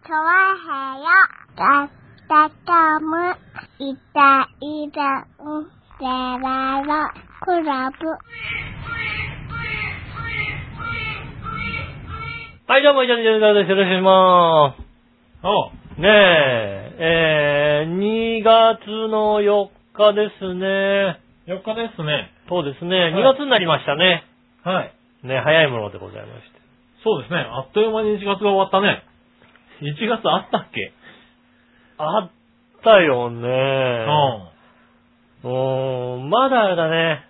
좋아해요따뜻함을이따이따운데라로클럽 はい、どうも、イタリアンジェラです。よろしくお願いしまおうす。ねえ、えー、2月の4日ですね。 4日ですね。そうですね、はい2月になりましたね。はい。ね、早いものでございまして。そうですね。あっという間に1月が終わったね。1月あったっけあったよね。うん。うーん、まだあれだね。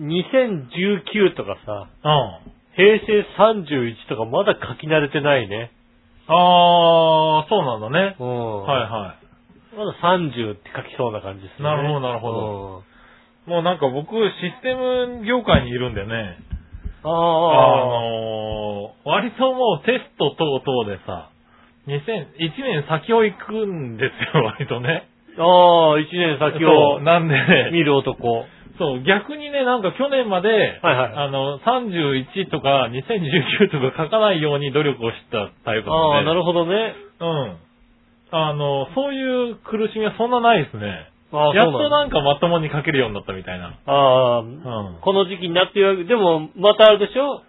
2019とかさ、うん。平成31とかまだ書き慣れてないね。あー、そうなんだね。うん。はいはまだ30って書きそうな感じですね。なるほどなるほどい。もうなんか僕、システム業界にいるんでね。うん。あああ、のー、割ともうテスト等々でさ、2001年先を行くんですよ、割とね。ああ、1年先をそうなんで見ね、る男。そう、逆にね、なんか去年まで、はいはいあの、31とか2019とか書かないように努力をしたタイプあなあ、んで。なるほどね。うん。あの、そういう苦しみはそんなないですね。ああ、やそっうなとんだ。なんかまともに書けるようになったみたいな。ああ、うん。この時期になってるわけ。でも、またあれでしょ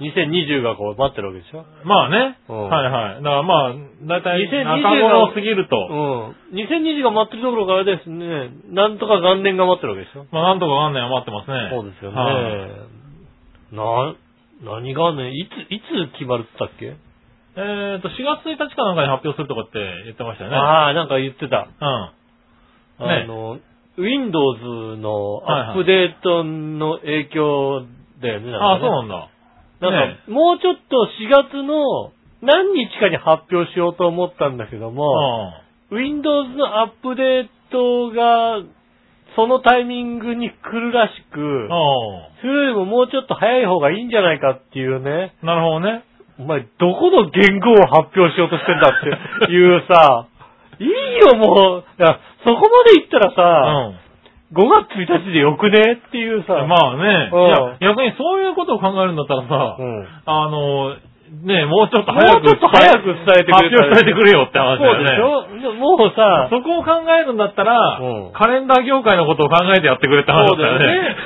?2020 がこう待ってるわけでしょまあね。うんはいはい。だからまあ、だいたい2020中頃を過ぎると、うん。2020が待ってるところからですね、なんとか元年が待ってるわけでしょまあなんとか元年余ってますね。そうですよねはな、い。何元年、いつ、いつ決まるって言ったっけえっと、4月1日かなんかに発表するとかって言ってましたよね。ああ、なんか言ってた。うん。あねの、Windows のアッはいはいプデートの影響だよね。ああ、そううなんだ。なんか、ねもうちょっと4月の何日かに発表しようと思ったんだけどうも、Windows のアップデートが、そのタイミングに来るらしくん。、うそれよりももうちょっと早い方がいいんじゃないかっていうね、ん。なるほどね。お前、どこの言語を発表しようとしてんだっていう さ、いいよもう、いやそこまで言ったらさ、うん。 5月1日でよくねっていうさ、まあね。うんいや、逆にそういうことを考えるんだったらさう、んあの、ねもうちょっともう早く。ちょっと早く伝えてくれたら発表されてくれよって話だよね。そうでしょもうさ、そこを考えるんだったら、うんカレンダー業界のことを考えてやってくれって話だったよね。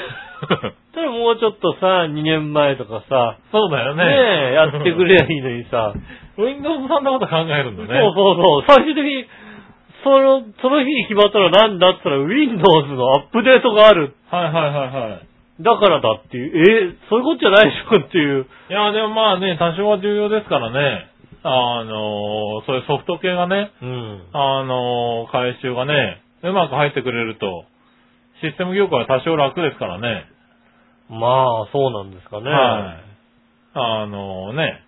それもうちょっとさ、2年前とかさ、 そうだよね。ねえ、やって くれりゃいいのにさ、 Windows さんのこと考えるんだそうね。そうそう、最終的に、その、その日に決まったらなんだったら Windows のアップデートがある。はいはいはいはい。だからだっていう、えーそういうことじゃないでしょっていう。いや、でもまあね、多少は重要ですからね。あの、そういうソフト系がね、うん。あの、回収がね、うまく入ってくれると、システム業界は多少楽ですからね。まあ、そうなんですかね。はい。あのね、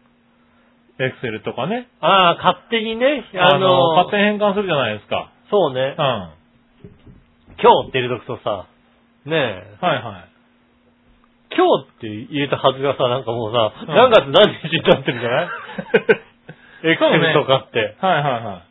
エクセルとかね、ああ、勝手にね、ああのの、勝手に変換するじゃないですか。そううねん。、は今日って入れとくとさ、ねえい、はい。今日って入れたはずがさ、なんかもうさ、う何ん月何日になってるんじゃないエ クセルとかって。はいはいはい。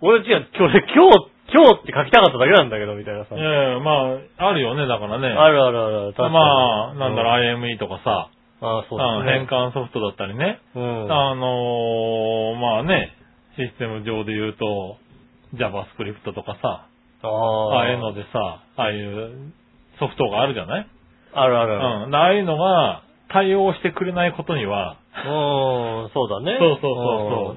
俺違う、今日、今日、今日って書きたかっただけなんだけど、みたいなさ。いやいや、まあ、あるよね、だからね。あるあるある、確かに。まあ、なんだう、ろう、IME とかさ、ああ、そううんです変ね。換ソフトだったりね。うん。あのー、まあね、システム上で言うと、JavaScript とかさ、あああいうのでさ、ああいうソフトがあるじゃないあるあうるある。ん。ああいうのが対応してくれないことには、うん、そうだね。そうそうそ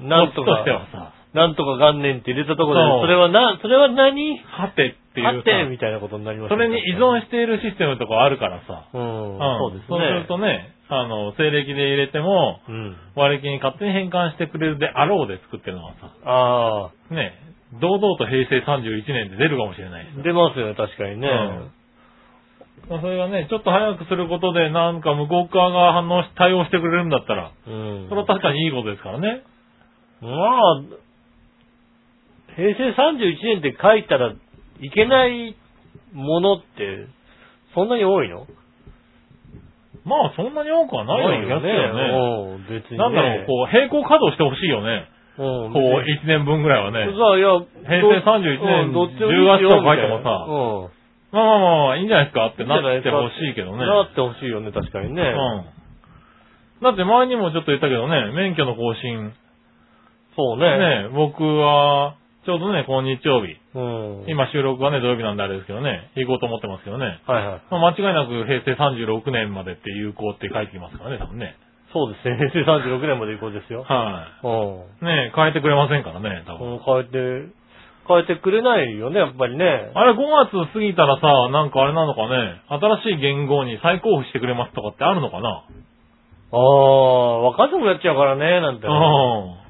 うそう。なんとこっちとかして、はさ、なんとか元年って入れたとこそろで、うそれはな、それは何はてっていうあさって、みたいなことになりますそねれに依存しているシステムとかあるからさ。うん、んそうですね。そうするとね、あの、西暦で入れても、うん。割り切りに勝手に変換してくれるであろうで作ってるのはさ、ああ、ね、堂々と平成31年で出るかもしれないしさ出ますよね、確かにね。うんまあそれがね、ちょっと早くすることで、なんか向こう側が反応し、対応してくれるんだったら、うん。それは確かにいいことですからね。まあ、平成31年って書いたらいけないものって、そんなに多いのまあ、そんなに多くはないような気がするようね。ん、別に、ね。なんだろう、こう、平行稼働してほしいよね。う、こん、う、1年分ぐらいはね。さあ、いや、平成ど31う年んどっちでもいい10月とよか書いてもさまあまあまあまあ、いいんじゃないですかっみたていななうん。ってほしいけどね。なってほしいよね、確かにね。うん。だって前にもちょっと言ったけどね、免許の更新、そうね。ね、僕は、ちょうどね、今日曜日。うん。。今収録はね、土曜日なんであれですけどね、行こうと思ってますけどね。はいはい。まあ、間違いなく平成36年までって有効って書いてきますからね、多分ね。そうですね。平成36年まで行こうですよ。はうん。い。ね変えてくれませんからね、こ多分。の変えて、変えてくれないよね、やっぱりね。あれ5月過ぎたらさ、なんかあれなのかね、新しい言語に再交付してくれますとかってあるのかなああ、わかんなくなっちゃうからね、なんて。うん。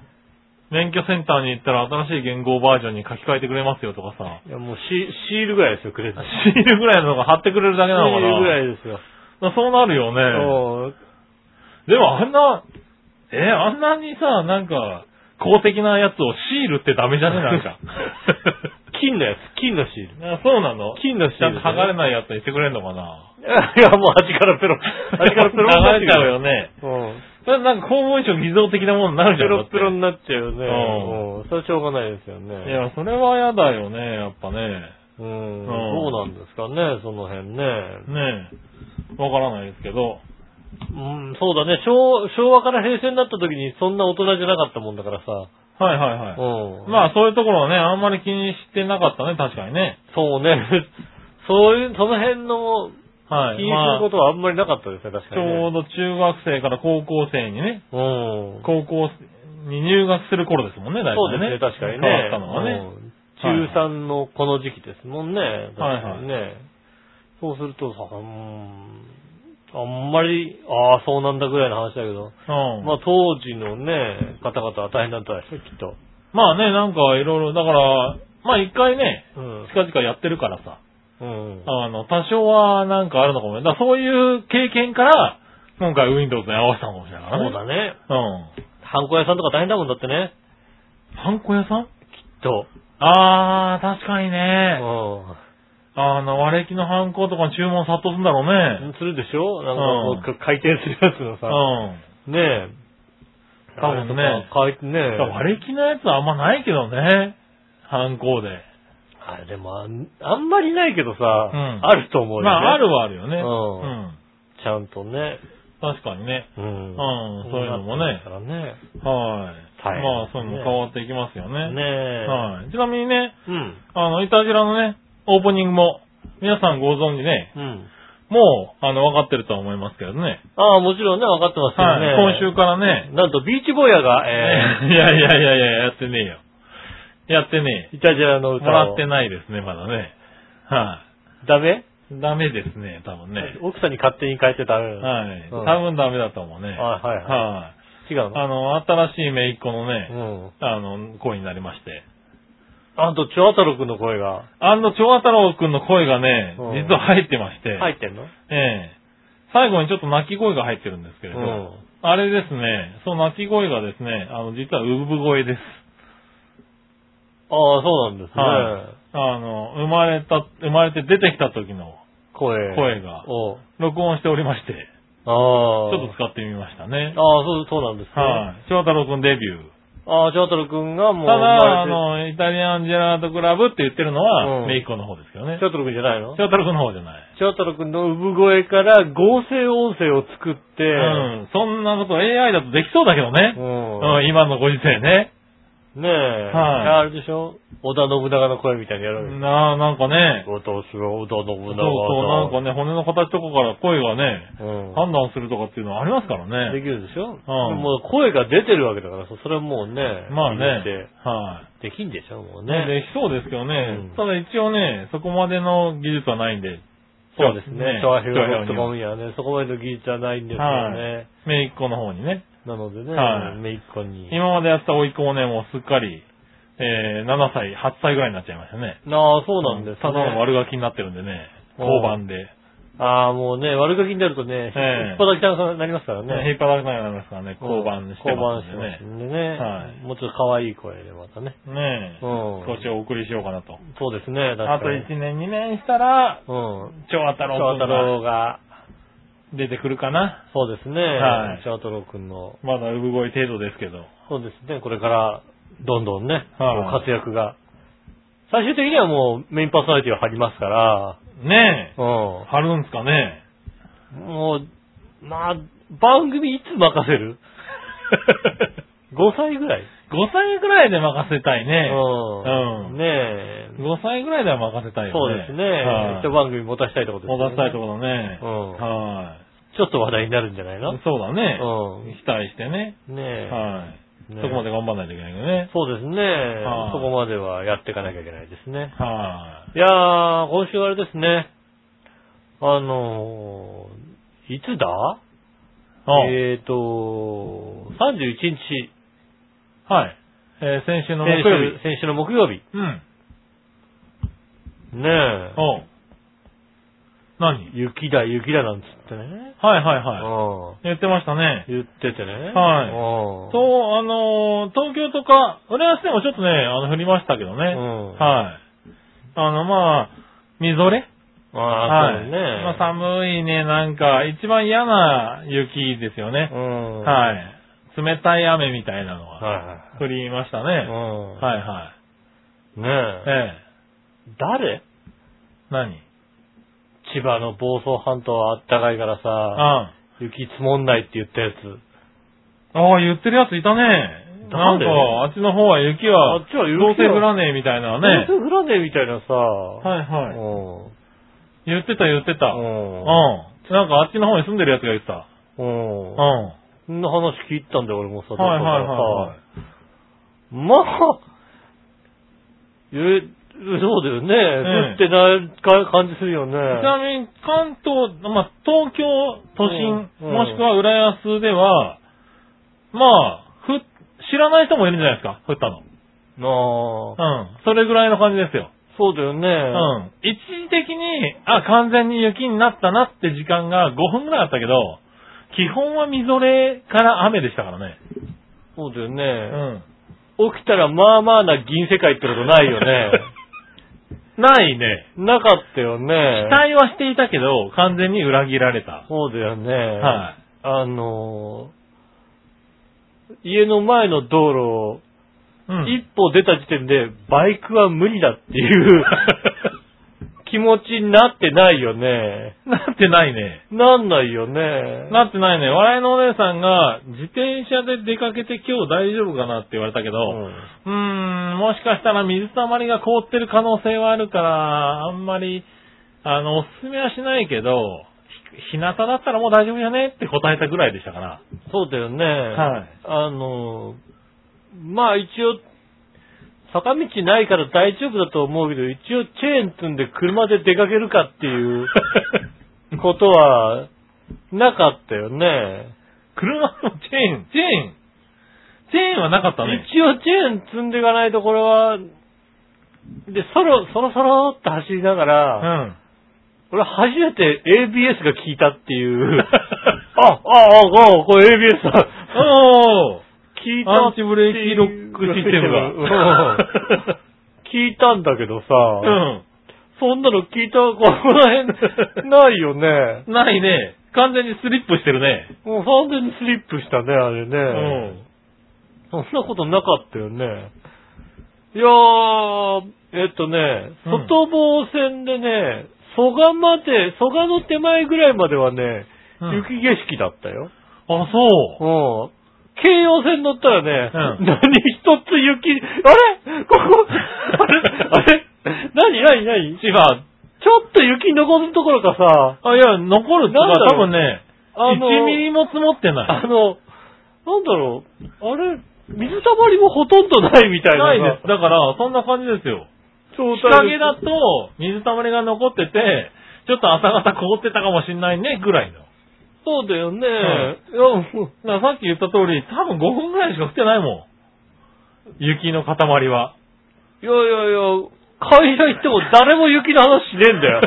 免許センターに行ったら新しい言語バージョンに書き換えてくれますよとかさ、いや、もうシシールぐらいですよ、くれるのシシールぐらいのが貼ってくれるだけーなのかなルぐらいですよ。まあそうなるよね。うんでもあんな、えあんなにさ、なんか、公的なやつをシールってダメじゃねな んか。金のやつ、金のシール。あそうなの金のシール、ちゃんと 剥がれないやつにしてくれんのかないや、もう端から ペロ。端からペロン剥がれちゃうよ。よね。うん。それなんか公文書偽造的なものになるじペゃん。ロペロだになっちゃうよね。うんうん。それはしょうがないですよっていね。や、それは嫌だよね、やっぱね。うん。んどうなんですかね、その辺ね。ねえ。わからないですけど。うん、そうだね。昭昭和から平成になった時にそんな大人じゃなかったもんだからさ。はいはいはい。うん。まあそういうところはね、あんまり気にしてなかったね、確かにね。そうね。 そういう、その辺のは気い。にすまるあ、ことはあんまりなかったですね、確かちに、ょね。うど中学生から高校生にね、うん。高校に入学する頃ですもんね、大そうで体すねね、。確かにね。変わったのはね。うん中3のこの時期ですもんね。確かにね。そうするとさ、うーん、あんまり、ああ、そうなんだぐらいの話だけど、うん。まあ当時のね、方々は大変だったでしょ、きっと。まあね、なんかいろいろ、だから、まあ一回ね、うん。近々やってるからさ、うん。あの、多少はなんかあるのかもね。だからそういう経験から、今回 Windows に合わせたのかもしれないからそね。うだね。うハンコ屋さんとか大変だもんだってね。ん。ハンコ屋さんきっと。あー、確かにうね。ん。あの、和暦のハンコとか注文殺到するんだろうね。するでしょなんかこう、回転するやつのうさ、ん。ねえ。多分ねあれとか回転ねだから和暦のやつはあんまないけどね。ハンコで。あれでもあん、あんまりないけどさ、んあると思うよ、ね。まあ、あるはあるよね。うんうん。ちゃんとね。確かにね。うん。うん、そういうのもねだ。からね。はい。大変まあ、そういうのも変わっていきますよね。ねえ。はい。ちなみにね、うん。あの、イタジラのね、オープニングも、皆さんご存知ね、うん。もう、あの、分かってるとは思いますけどね。ああ、もちろんね、分かってますよね。はい。今週からね、なんと、ビーチボーヤが、いえ やいやいやいや、やってねえよ。やってねー、イタジラのえ。歌もを。らってないですね、まだね。はダメ、い。ダメですね、多分ね。奥さんに勝手に変えてダメ。い。はい。う多ん分ダメだと思うね。ははいはいい。はあい。違うのの、新しい姪っ子のね、うん。あの、声になりまして。あと、チョアタロ君の声があの、長太郎くんの声がね、うん実は入ってまして。入ってんのええ最後にちょっと泣き声が入ってるんですけうれど、あれですね、その泣き声がですね、あの、実は産声です。ああ、そうなんですね。はいあの、生まれた、生まれて出てきた時の声。声がおう録音しておりまして、ちああ。ょっと使ってみましたね。ああ、そう、そうなんですね。はい。翔太郎くんデビュー。ああ、ジョートル君がもうただ、生まあの、イタリアンジェラートクラブって言ってるのは、うんメイコの方ですけどれねて、ジ。ョートル君じゃないの翔太郎くんの方じゃない。ジョートル君の産声から合成音声を作って、うん。そんなこと AI だとできそうだけどね。ううん、今のご時世ん。ね。ねえ、はいあれでしょ織田信長の声みたいにやるわなあ、なんかねけ。。私は織田信そ長うだ。そう、なんかね、骨の形とかから声がね、うん判断するとかっていうのはありますからでね。きるでしょ、でも声が出てるわけだからさ、それはもうね、まあね。聞いはてできんでしょもうい。ね。できそうですけどうねん。ただ一応ね、そこまでの技術はないんで。そうですね。調和表のとには。にはね、そこまでの技術はないんですよね。はい姪っ子の方にね。なのでね、はいめいっ子に。今までやってた甥いっ子もね、もうすっかり、えー、7歳、8歳ぐらいになっちゃいましたね。ああ、そうなんですたね。だの悪ガキになってるんでね、うん交番で。ああ、もうね、悪ガキになるとね、ええ引っ張らきたくなりますからね、引ね。っ張られないようになりますからね、交番してま交番すしてんでますね。んでね。はいもうちょっと可愛い声でまたね。ねえ、うん。 少しお送りしようかなと。そうですね、あ確とかに。 1年、2年したら、うん。長太郎翔君太が郎が、出てくるかな。そうですね。はい翔太郎くんの、まだ産声程度ですけど。そうですね、これから、どんどんね、はいもう活躍が。最終的にはもうメインパーソナリティを張りますから、ねえ、うん。張るんすかね。 もう、まあ、番組いつ任せる5歳ぐらい。 5歳ぐらいで任せたいね。ううんん。ねえ。 5歳ぐらいでは任せたいそようね。ですねは。い一番組持たしたいってことですね。任せたいところね。うんはちょっと話題になるんじゃないのい。そうだね。う期待してね。ん。ねえ。はい。ねそこまで頑張らないといけないけどね。そうですねは。いそこまではやっていかなきゃいけないですね。はいやー、今週はあれですね。あのー、いつだい。あえーと、31日、はい。えー先週の木先曜日週。先週の木曜日。うん。ねえ。おう何雪だ、雪だなんつってね。はいはいはい。うん言ってましたね。言っててね。はいうんそう、あのー東京とか、浦安でもちょっとね、あの、降りましたけどうね。ん。はい。あの、まあ、みぞれあはあ、い。そうね。まあ、寒いね、なんか、一番嫌な雪ですよね。うん。い。はい。冷たい雨みたいなのがは降りましたね。い。うん。はいはねい。え。え誰え。何千葉の房総半島はあったかいからさ、あ雪積もんないって言ったやつ。ああ、言ってるやついたね。ななんんでか、あっちの方は雪あは、っちはどう雪せ降がらねえみたいなどうねせ。降らねえみたいなさ。。はいいはい。うん。言ってた言ってた。うん。うなんかあっちの方に住んでるやつが言ってた。ん。ううんん。。はそんな話聞いたんだよ、俺もさ。いはいはだからさまあ、え、そうだよね。ええ降ってないか感じするよね。いはい。ちなみに、関東、まあ、東京都心、うんもしくは浦安では、まあ、ふ、知らない人もいるんじゃないですか、降ったの。ああ、うん。それぐらいの感じですよ。そうだよね。うん。一時的に、あ、完全に雪になったなって時間が5分ぐらいあったけど、基本はみぞれから雨でしたからね。そうだようね。ん。起きたらまあまあな銀世界ってことないよ ね。ないね。なかったよ期ね。待はしていたけど、完全に裏切られた。そうだよね。はあのー家の前の道路をい。うん。一歩出た時点でバイクは無理だっていう 気持ちになってないよね。 なってないね。なんないよね。なってないね。笑いのお姉さんが、自転車で出かけて今日大丈夫かなって言われたけど、うんうーん、もしかしたら水たまりが凍ってる可能性はあるから、あんまり、あの、おすすめはしないけど、ひ日向だったらもう大丈夫じゃねって答えたぐらいでし たから。そうだよね。はいあのーまあ一応、坂道ないから大丈夫だと思うけど、一応チェーン積んで車で出かけるかって いうことはなかったよね。車のチェーン、チェーン、チェーンはなかったね。一応チェーン積んでいかないとこれは、で、そろ、そろそろって走りながうら、ん。俺初めて ABS が効いたって いう、あ、あ、あ、あ、これ ABS だ。おー効いたアっンてチいうブレーキロックシステムうが。ん聞いたんだけどさ、うん。そんなの聞いた、この辺、ないよ ね。ないね。完全にスリップしてるね。もう完全にスリップしたね、あれね。うん。そんなことなかったよね。いやー、えっとね、うん外房線でね、蘇我まで、蘇我の手前ぐらいまではね、うん雪景色だったよ。あ、うん。そう。京葉線乗ったらね、うん何一つ雪、あれここ、あれあれ何何何千葉。ちょっと雪残すところかさ、あ、いや、残るってなんだろう多分ね、あの、 1ミリも積もってないあ。の、なんだろう、あれ、水たまりもほとんどないみたいな。ないです。だから、そんな感じですよ。状日態で陰だと、水たまりが残ってて、ちょっと朝方凍ってたかもしんないね、ぐらいの。そうだよね。ういやもうだからさっき言った通り、多分5分ぐらいしか降ってないもん。雪の塊は。いやいやいや、会社行っても誰も雪の話しねえんだ よ。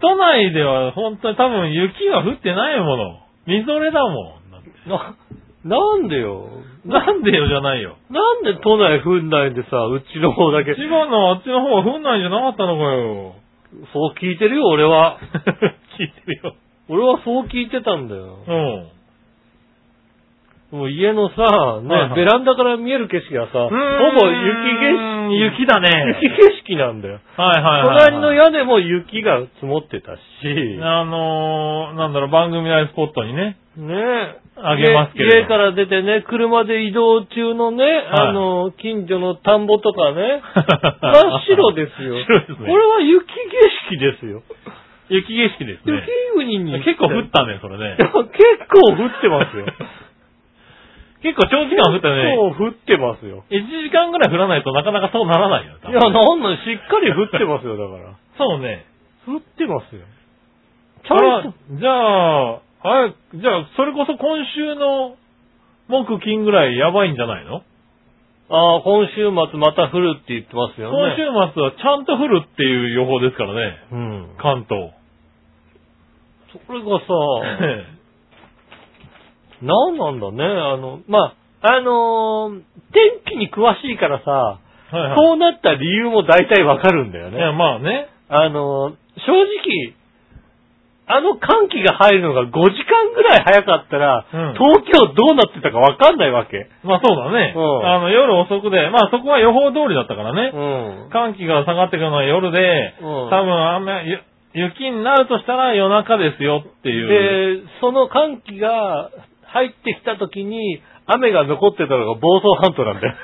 都内では本当に多分雪は降ってないもの。みぞれだもん。だってな、なんでよ。なんでよじゃないよ。なんで都内降んないんでさ、うちの方だけ千。葉のあっちの方は降んないんじゃなかったのかよ。そう聞いてるよ、俺 は。聞いてるよ。俺はそう聞いてたんだよ。うん。もう家のさ、ね、はいはいベランダから見える景色がさ、ほぼうーん雪景色。雪だね。雪景色なんだよ。はいはいはい、はい。隣の屋根も雪が積もってたし、あのー、なんだろう、番組内スポットにね。ねえ。あげますけれど家家から出てね、車で移動中のね、あの、近所の田んぼとか ね、真っ白ですよ。白ですこね。れは雪景色ですよ。雪景色です雪ね。国に。結構降っったね、それねて。。結構降ってますよ。 結構長時間降ったね。結構降ってます よ。 1時間ぐらい降らないとなかなかそうならないよ。多いや、分なんなん、しっかり降ってますよ、だから。そうね。降ってますよ。ちじゃゃんあ、じゃあ、あれ、じゃあ、それこそ今週の木金ぐらいやばいんじゃないのと。ああ、今週末また降るって言ってますよ今ね。週末はちゃんと降るっていう予報ですからね、うん。関東。それがさ、なんなん だね、あの、まあ、あのー天気に詳しいからさ、 はいはいそうなった理由も大体わかるんだよいや、ね。まあね。あのー正直、あの寒気が入るのが5時間ぐらい早かったら、うん東京どうなってたかわかんないわけ。まあそうだね。うんあの、夜遅くで、まあそこは予報通りだったからね。ん。寒気が下がってくるのは夜で、うん多分雨、ゆ雪になるとしたら夜中ですよっていう。で、その寒気が入ってきた時に、 雨が残ってたのが房総半島なんだよ。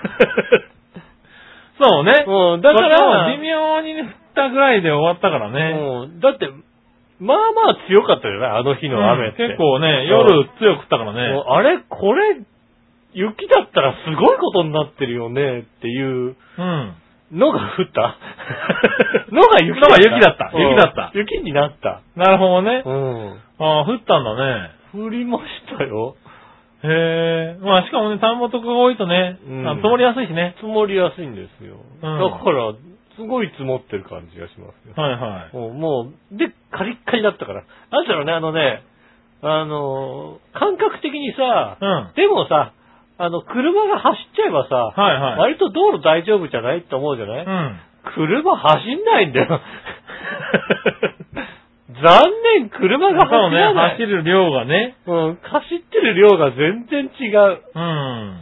そうね。うん、だから、微妙に降ったぐらいで終わったからね。うんだって、まあまあ強かったよね、あの日の雨って。うん結構ね、夜強く降ったからもねう。あれこれ、雪だったらすごいことになってるよねっていううん。のが降った のが雪だった。のが雪だった雪だったうん雪になった。なるほどね。うん。ああ、降ったんだね。降りましたよ。へえ。まあしかもね、田んぼとかが多いとね、うんあの積もりやすいしね。積もりやすいんですよ。うんだから、すごい積もってる感じがしますよ。はいはい。もう、もうで、カリッカリだったから。なんだろうね、あのね、あのー感覚的にさ、うん。はでもさ、あの、車が走っちゃえばさ、いはい。割と道路大丈夫じゃないって思うじゃない、うん。車走んないんだよ。 残念、車がそう走ねら、ない。走る量がね。うん、走ってる量が全然違う。うん。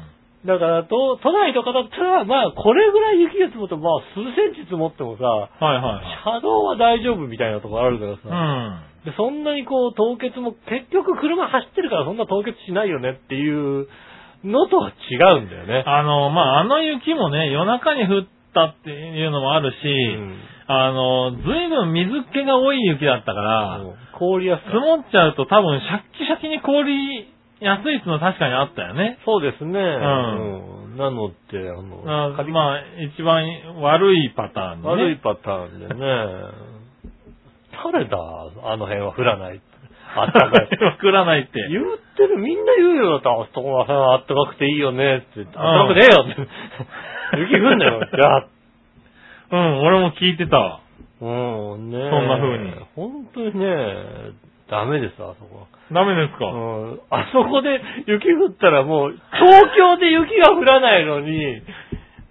だから、都都内とかだったら、まあ、これぐらい雪が積もっても、まあ、数センチ積もってもさ、はいはい車道は大丈夫みたいなとこあるからさ、はい。うん。でそんなにこう、凍結も、結局車走ってるからそんな凍結しないよねっていうのとは違うんだよね。あの、まあ、あの雪もね、夜中に降ったっていうのもあるし、うんあの、ずいぶん水気が多い雪だったかうら、ん凍りやす積い。もっちゃうと多分シャッキシャキに凍りやすいっていうのは確かにあったよね。そうですね。うんなので、あうのん、まあ、一番悪いパターンね。悪いパターンでね。誰だあの辺は降らない。あった かい。降らないって。言ってる、みんな言うよ。だってあそこら辺はあったかくていいよねって言って。うんあったかくねえよって。 雪降んだよ。いや、うん、俺も聞いてたわ。うん、ねえそんな風に。本当にね、ダメです、あそこは。ダメですうか。ん、あそこで雪降ったらもう、東京で雪が降らないのに、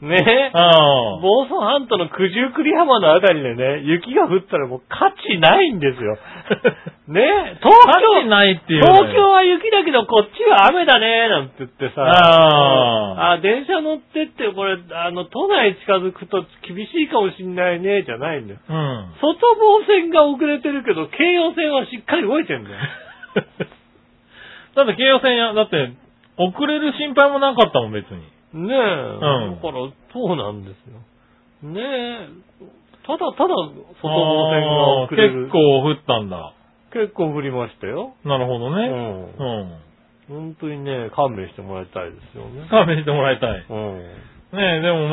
ねああ。房総半島の九十九里浜のあたりでね、雪が降ったらもう価値ないんです よ。ね東価値京、ないっていうのよ。東京は雪だけどこっちは雨だねなんて言ってさ、あーあ、電車乗ってってこれ、あの、都内近づくと厳しいかもしんないね、じゃないんだよ。うん。外房線が遅れてるけど、京葉線はしっかり動いて んだよ。だって京葉線や、だって、遅れる心配もなかったもん、別に。ねえ。んだから、そうなんですよ。ねえ。ただただ、外房線があ遅ーれる。結。構降ったんだ。結構降りましたよ。なるほどうね。んう。本当にね、勘弁してもらいたいですよん。ね。勘弁してもらいたい。うん。ねえ、でも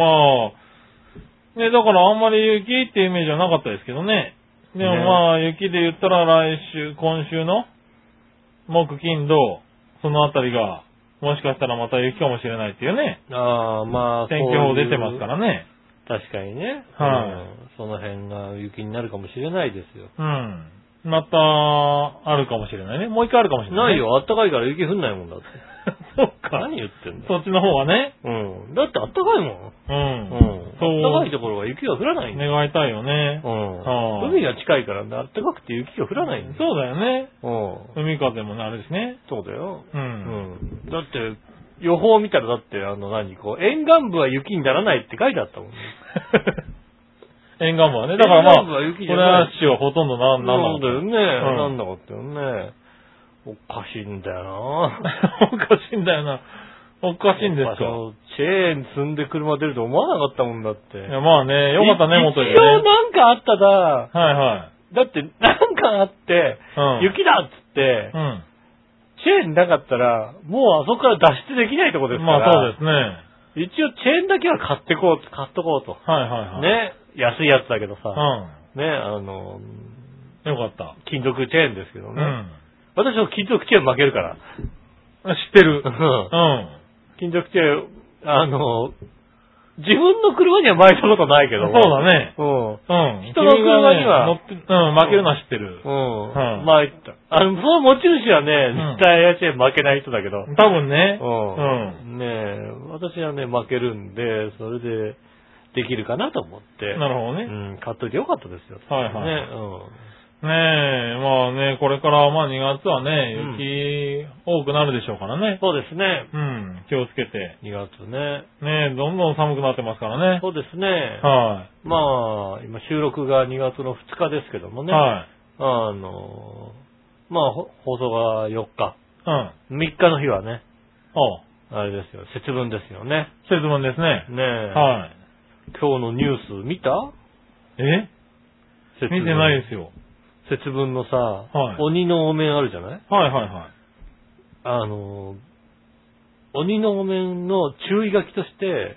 まあ、ねえ、だからあんまり雪っていうイメージはなかったですけどね。でもねまあ、雪で言ったら来週、今週の木、金、土、そのあたりが、もしかしたらまた雪かもしれないっていうね、ああ、まあ、。天気予報出てますかららね。確かにね。はいうんその辺が雪になるかもしれないですよ。うん。また、あるかもしれないね。もう一回あるかもしれない、ない。よ、あったかいから雪降んないもんだって。 そっ か。何言ってんだそよ。っちの方はね。うん。だってあったかいもん。うん。うん。そ、あったかいうところは雪が降らないんだよ願いたいよね。あうーん。海が近いからね、暖かくて雪が降らないんだよ。そうだよね。うん。海風もね、あるしね。そうだよ。う。うんん。だって、予報見たらだって、あの何、こう、沿岸部は雪にならないって書いてあったもんね。沿岸部はね。だからまあ、沿岸部は雪こじゃれないは市はほとんど な、なんだだよね。うなんんだかったよね。おかしいんだよな。おかしいんだよな。 おかしいんですか。やっぱそのチェーン積んで車出ると思わなかったもんだって。いやまあね、よかったね、い元にね。一応なんかあっただ。はいはい。だって、なんかあって、うん。雪だっつってう、ん。チェーンなかったら、もうあそこから脱出できないとこですかまら。あそうですね。はいです。一応チェーンだけは買ってこうと、買っとこうと。はいはい。。ね。安いやつだけどうさ。ね、あの、ん。よかった。金属チェーンですけどうね。ん。私も金属チェーン負けるから。知ってる。うん。金属チェーン、あの、自分の車には巻いたことないけどそうもだね。うん。人の車には乗って、うん、負けるのは知ってる。うん。ううんん。巻いた。あの、その持ち主はうんね、絶対エアチェーン負けない人だけど。多分ね。うん。ねえ、私はね、負けるんで、それで、できるかなと思って。なるほどね。うん、買っといてよかったですよ。はいはいね、ねえ、まあね、これから、まあ2月はねう、雪多くなるでしょうからうん。ね。そうですね。うん、気をつけて。 2月ね。ねえ、どんどん寒くなってますからね。そうですね。はまあ、今収録が2月の2日ですけどもい。ね。はい。あの、まあ、ほ放送が4日。うん。 3日の日はね、おうあれですよ、節分ですよね。節分ですね。ねえ。はい。今日のニュース見たえ節分見てないですよ。節分のさ、い鬼のお面あるじゃないはいはいはい。あの、鬼のお面の注意書きとして、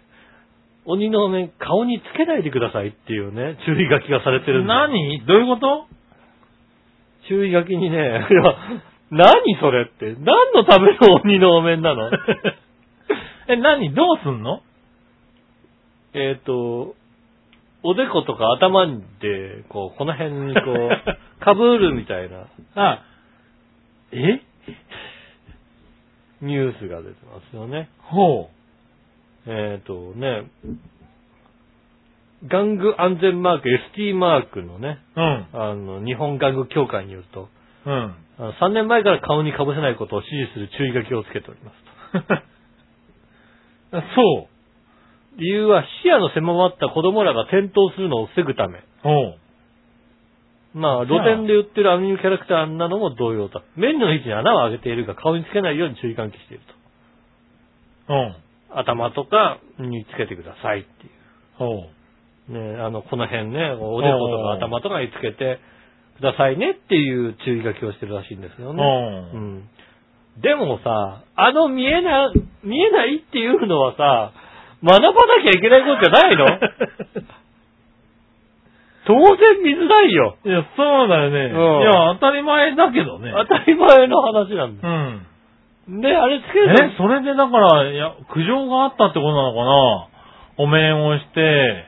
鬼のお面顔につけないでくださいっていうね、注意書きがされてるんだよ何どういう こと注意書きにね、い や、何それって、何のための鬼のお面なのえ、何どうすんのえっと、おでことか頭で、こう、この辺にこう、かぶるみたいなあ、えニュースが出てますよね。ほう。えっ、とね、玩具安全マーク、ST マークのね、うん。あの、日本玩具協会によると、うん。あの3年前から顔にかぶせないことを指示する注意書きをつけております そう。と。理由は視野の狭まった子供らが転倒するのを防ぐため。ほう。まあ、じ露ゃあ店で売ってるアニメキャラクターなのも同様だ。面の位置に穴を開けているが顔につけないように注意喚起しているうん。と。頭とかにつけてくださいっていう。ほね、あの、この辺ね、おでことおうか頭とかにつけてくださいねっていう注意書きをしてるらしいんですよう。ね。う。うんん。でもさ、あの見えな、見えないっていうのはさ、学ばなきゃいけないことじゃない の当然見づらいよ。いや、そうだよね。うんいや、当たり前だけどね。当たり前の話なんうだ。ん。で、あれつけるのえ、それでだから、いや、苦情があったってことなのかなお面をして、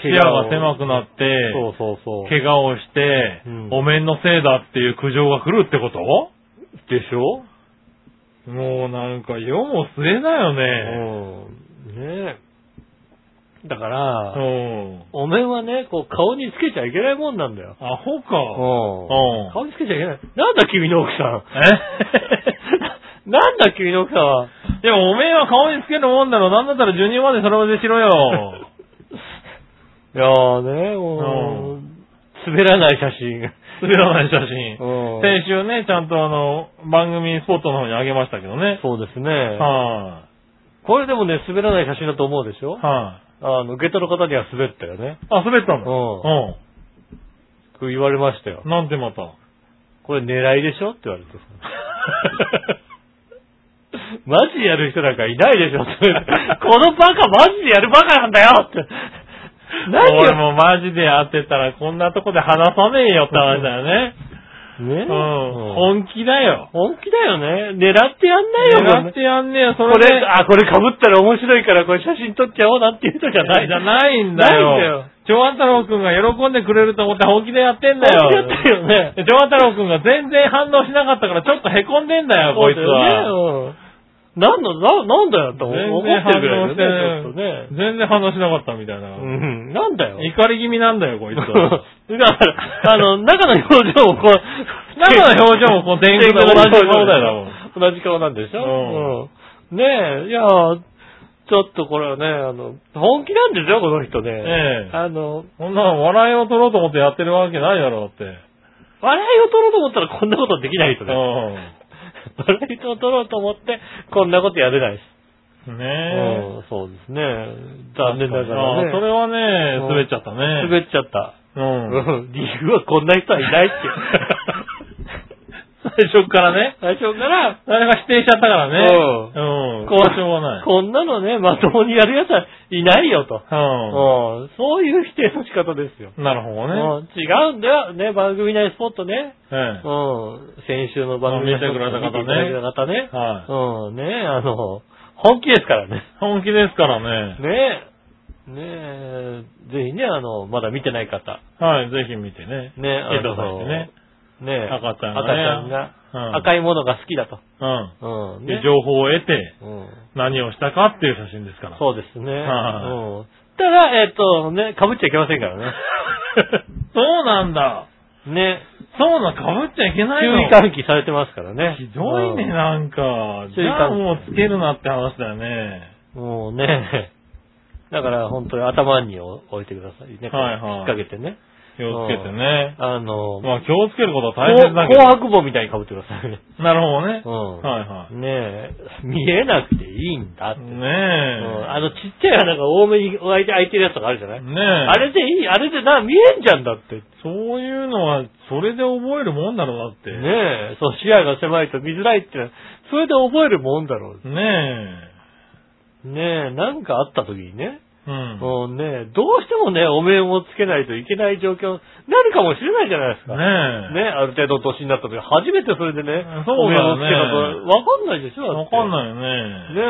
視野が狭くなって、そうそうそう。怪我をして、うんお面のせいだっていう苦情が来るってことでしょもうなんか世も末だよね。うん。ねえ。だかうら、ん。お面はね、こう顔につけちゃいけないもんなんだよ。アホうか。うんん。顔につけちゃいけない。なんだ君の奥さん。 なんだ君の奥さんは。え でもお面は顔につけるもんだろ。なんだったら授乳までそれまで しろよ。いやーね、もう、滑らない写真。滑らない写真。うん先週ね、ちゃんとあの、番組スポットの方にあげましたけどね。そうですね。はこれでもね、滑らない写真だと思うでしょい。はい。あの、ゲトの方には滑ったよね。あ、滑ったんだ。うこう言われましたようん。。なんてまた。これ狙いでしょって言われてさ。 マジでやる人なんかいないでしょ って言われてこのバカマジでやるバカなんだよって。 何俺よもマジでやってたらこんなとこで話さねえよって話だよね。ね ううんん。本気だよ。本気だよね。狙ってやんないよ、狙ってやんねえよ、そこれ。これでれ、あ、これ被ったら面白いから、これ写真撮っちゃおうなっていう人じゃない。じゃないんだないんだよよ。長安太郎くんが喜んでくれると思って本気でやってんだよ。本気でやってるよねで長安太郎くんが全然反応しなかったからちょっと凹んでんだよ、こいつは。は。なんだ、な、なんだよって思全怒然って反るぐら応いしだよね、ちょっとて、ね。全然反応しなかったみたいな。うん、なんだよ。怒り気味なんだよ、こいつ だは。 から、あの、中の表情をこう、中の表情もこう、天狗と同じ状態だもん。 同じ顔なんでしょ、うん、ねえ、いや、ちょっとこれはね、あの、本気なんですよ、この人ね。ええあの、そんなの笑いを取ろうと思ってやってるわけないだろうって。笑いを取ろうと思ったらこんなことできない人うね。笑いを取ろうと思って、こんなことやれないし。ん。うねえ。ん、そうですね。残念ながらね。あそれはうね、ん滑っちゃったね。滑っちゃった。うん。うん理由はこんな人はいないって。 最初からね。最初から、誰が否定しちゃったからね。うん。こうしょうがない。こんなのね、まともにやる奴はいないよと。うんそういう否定の仕方ですよ。うん。なるほうどね。ん違うんだよ、ね、番組内スポットね。えうん先週の番組内スポット見てくれた方ね見ていただいた方ねえ。。はい。うん、ねあの、本気ですからね。本気ですからね。ねえ、ねえ、ぜひね、あの、まだ見てない方、はい、ぜひ見てね。ねえ、ヘッドさんしてね。ねえ、赤ちゃんがね赤ちゃんが、うん赤いものが好きだと。うん。うん、でね、情報を得て、うん、何をしたかっていう写真ですから。そうですね。はうんただ、えっと、ね、被っちゃいけません から そうなんだ。ね。ね、そうなん、被っちゃいけな注いの意。喚起されてますからね。ひどいね、なんか。じ注意喚起ゃあもうつけるなって話だよね。うん。もうね、だから本当に頭に置いてくださいね。はいはい引っ掛けてね。気をつけてね。あの、まあ気をつけることは大変だけ紅ど。白棒みたいに被ってくださいね。なるほどねう。ん。はいはい。ねえ、見えなくていいんだって。ねうんあのちっちゃい穴が多めに開いて開いてるやつとかあるじゃない、え。ねえ。あれでいい、あれでな、見えんじゃんだって。ねそういうのは、それで覚えるもんだろう、だって。え、そう、視野が狭いと見づらいって、それで覚えるもんだろう。ねえ。ねえ、なんかあった時にね、うん。もうね、どうしてもね、お面をつけないといけない状況になるかもしれないじゃないですか。ねえ。ねある程度年になった時、初めてそれでね、うんそうだお面をよねつけたと、わかんないでしょわかんい。ないよね。ね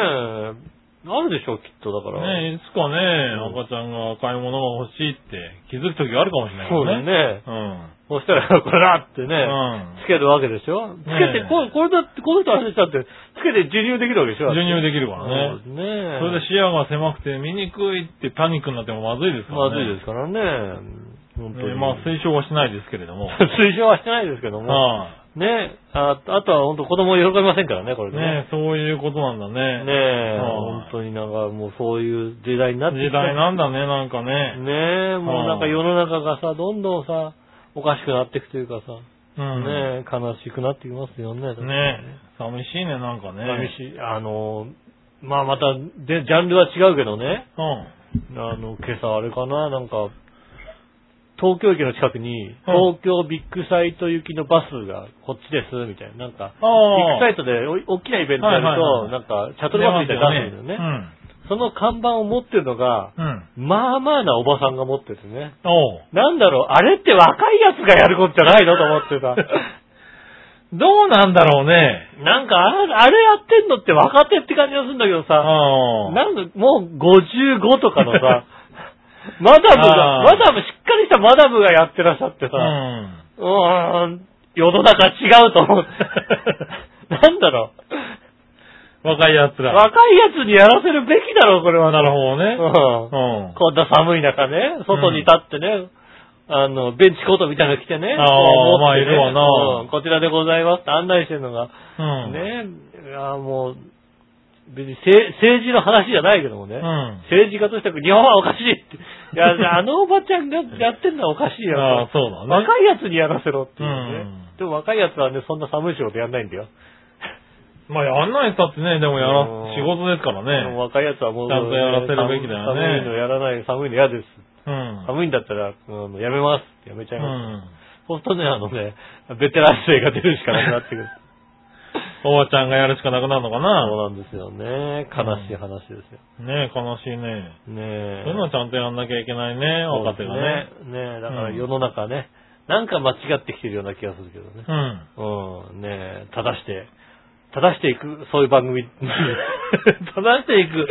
え、あるでしょう、きっと、だから。ねえ、いつかね、赤ちゃんが買い物が欲しいって気づく時があるかもしれないそうかだらね。ね。そしたら、これだってね、うん。つけるわけでしょつけて、ねえこうこれだって、この人話したって、つけて授乳できるわけでしょうん。授乳でできるからね。ね。ねえ。それで視野が狭くて見にくいってパニックになってもまずいですからまね。ずいですからね。本当に。ねまあ推奨はしないですけれど も。推奨はしてないですけども。はねああとは本当子供喜びませんからね、これい。でねえ、そういうことなんだね。ねね。え、はい本当になんかもうそういう時代になって時きた代なんだね、なんかね。ねえ、もうなんかはい世の中がさ、どんどんさ、おかしくなっていくというかさ、うん。ねえ、悲しくなってきますよね。ねえ。寂しいね、なんかね。寂い。しい。あの、まあまた、で、ジャンルは違うけどね。うん。あの、今朝あれかな、なんか、東京駅の近くに、うん東京ビッグサイト行きのバスがこっちです、みたいな。なんか、ビッグあサあ。イトでお大きなイベントやるはいと、はいはいなんか、シャトルバスみたいなの出すんだ出よまね。すその看板を持ってるのが、よねうん。うん。まあまあなおばさんが持っててね。おう。なんだろう、あれって若いやつがやることじゃないのと思って さ。どうなんだろうね。なんかあれ、あれやってんのって若手って感じがするんだけどさ。ああ。なんか、もう55とかの さ、マダムが、あマーダム、しっかりしたマダムがやってらっしゃってさ、ううん。ーん、世の中違うと 思う。なんだろ若い奴う、ら。若いやつにやらせるべきだろう、これは。なるほどね。うんうん。こんな寒い中ね、外に立ってね、あの、ベンチコートみたいなの着てね、あこうー持ってねまあいるわなうんこちらでございますって案内してるのが、うん。ね、いやもう、別にせい政治の話じゃないけどもね、うん。政治家としては日本はおかしいって。いや、 あのおばちゃんがやってんのはおかしいやああろ。、そうだね。若いやつにやらせろっていうね。うんでも若いやつはね、そんな寒い仕事やんないんだよ。まあ、やんない人だってね、でもやらうん、仕事ですかでらもね。若いやつはもう、ちゃんとやらせるべきだよね寒いのやらない、寒いの嫌です。うん。寒いんだったら、うんやめます。やめちゃいうます。ん。そうするとね、あのね、ベテラン生が出るしかなくなってく る。おばちゃんがやるしかなくなるのかな。そうなんですよね。悲しい話ですよ。ねえ、悲しいね。ねそえ。ういうのはちゃんとやんなきゃいけないね、若手がね。そうですね。ねえ、だからうん世の中ね、なんか間違ってきてるような気がするけどね。うん。うん、ねえ、正して、正していく、そういう番 組。正していく。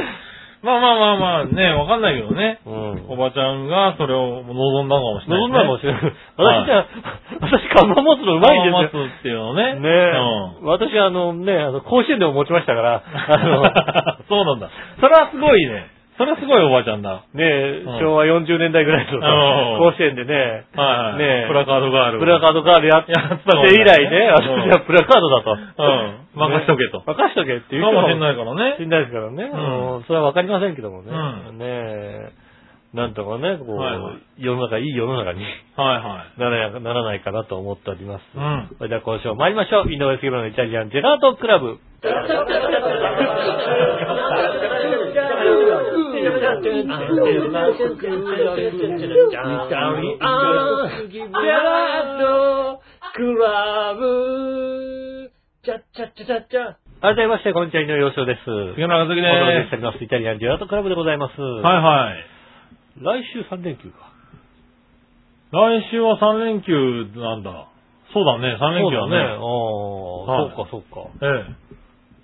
まあまあまあまあ、ねえ、わかんないけどね。うんお。ばちゃんがそれを望んだのかもしれない。望んだかもしれない。はい私じゃ、私、看板持つのうまいんですよ。待つっていうのね。ねえ、私、 あのね、あの、甲子園でも持ちましたから、あの、うん。そうなんだ。それはすごいね。それはすごいおばあちゃんだ。ねえ、うん昭和40年代ぐらいのうさ甲子園でね、はいはい。ねえプラカードがある。プラカードカードやってやってたもんね以来ね、うん私はプラカードだと。うん任しとけとね任しとけっていうか人。もしれないいから死ね。んないですからね。んうんそれはわかりませんけどもね。うんねえ、なんとかね、こう、はいはい世の中、いい世の中にはいはい。ならなならないかなと思っております。うんそれでは今週も参りましょう。井上杉村のイタリアンジェラートクラブ。改めまして、こんにちは、井上洋翔です。杉村和樹おで届けしておす。ります。イタリアンジェラートクラブでございます。はいはい。来週3連休か。来週は3連休なんだ。そうだね、3連休そうだね。ああ、だね。はいそうかそうか。え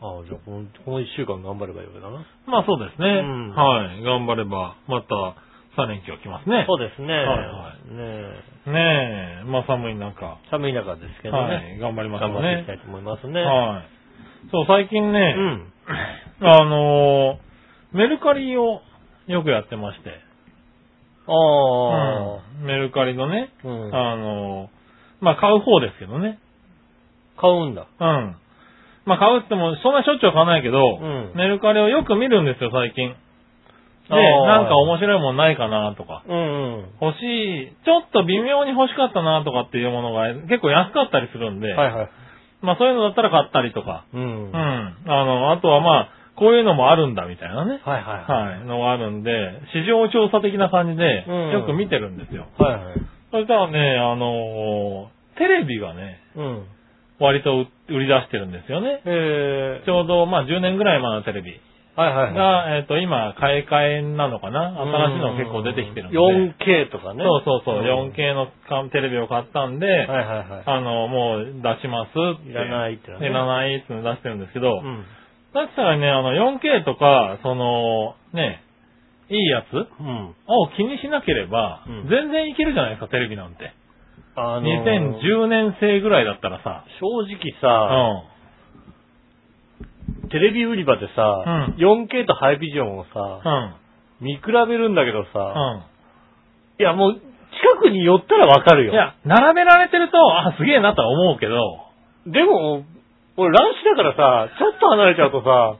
ああ、じゃあこの、この1週間頑張ればいいわけだな。え。まあそうですね。うんはい。頑張れば、また3連休が来ますね。そうですね。はいはねえねえ。まあ寒い中。寒い中ですけどはね。い。頑張りましょう頑張っていきたね。いと思いますね。はい。そう、最近ね、うん。あのーメルカリをよくやってまして、ああ、うんメルカリのね、うんあのーまあ、買う方ですけどね、買うんだ。うん。まあ、買うっても、そんなしょっちゅうは買わないけど、んメルカリをよく見るんですよ、最近。で、あーなんか面白いもんないかなとか、うんうん。欲しい、ちょっと微妙に欲しかったなとかっていうものが結構安かったりするんで、はいはい。まあ、そういうのだったら買ったりとか、う。うんん。はいあの、あとはまあ、こういうのもあるんだみたいなね。はいははい、のがあるんで、市場調査的な感じで、うんよく見てるんですよ。い。はいはい。そしたらね、あのーテレビがね、うん。割と売売り出してるんですよね。えちょうど、まあ、10年ぐらい前のテレビー、はいはいはい。が、えっ、と、今、買い替えなのかな新しいのが結構出てきてるんで。 4K とかね。そうそうそう、ん 4K のかテレビを買ったんで、はいはいはい。あの、もう出しますって。いらないってなねいらないって出してるんですけど、うん。確かにね、あの、4K とか、その、ね、いいやつうん。を気にしなければ、うん全然いけるじゃないですか、テレビなんて。あのー2010年生ぐらいだったらさ、正直うさ、ん。テレビ売り場でさ、う 4K とハイビジョンをうさ、ん。見比べるんだけどうさ、ん。いやもう近くに寄ったらわかるよ。いや、並べられてると、あ、すげえなとは思うけど、でも、俺乱視だからさ、ちょっと離れちゃうとさ、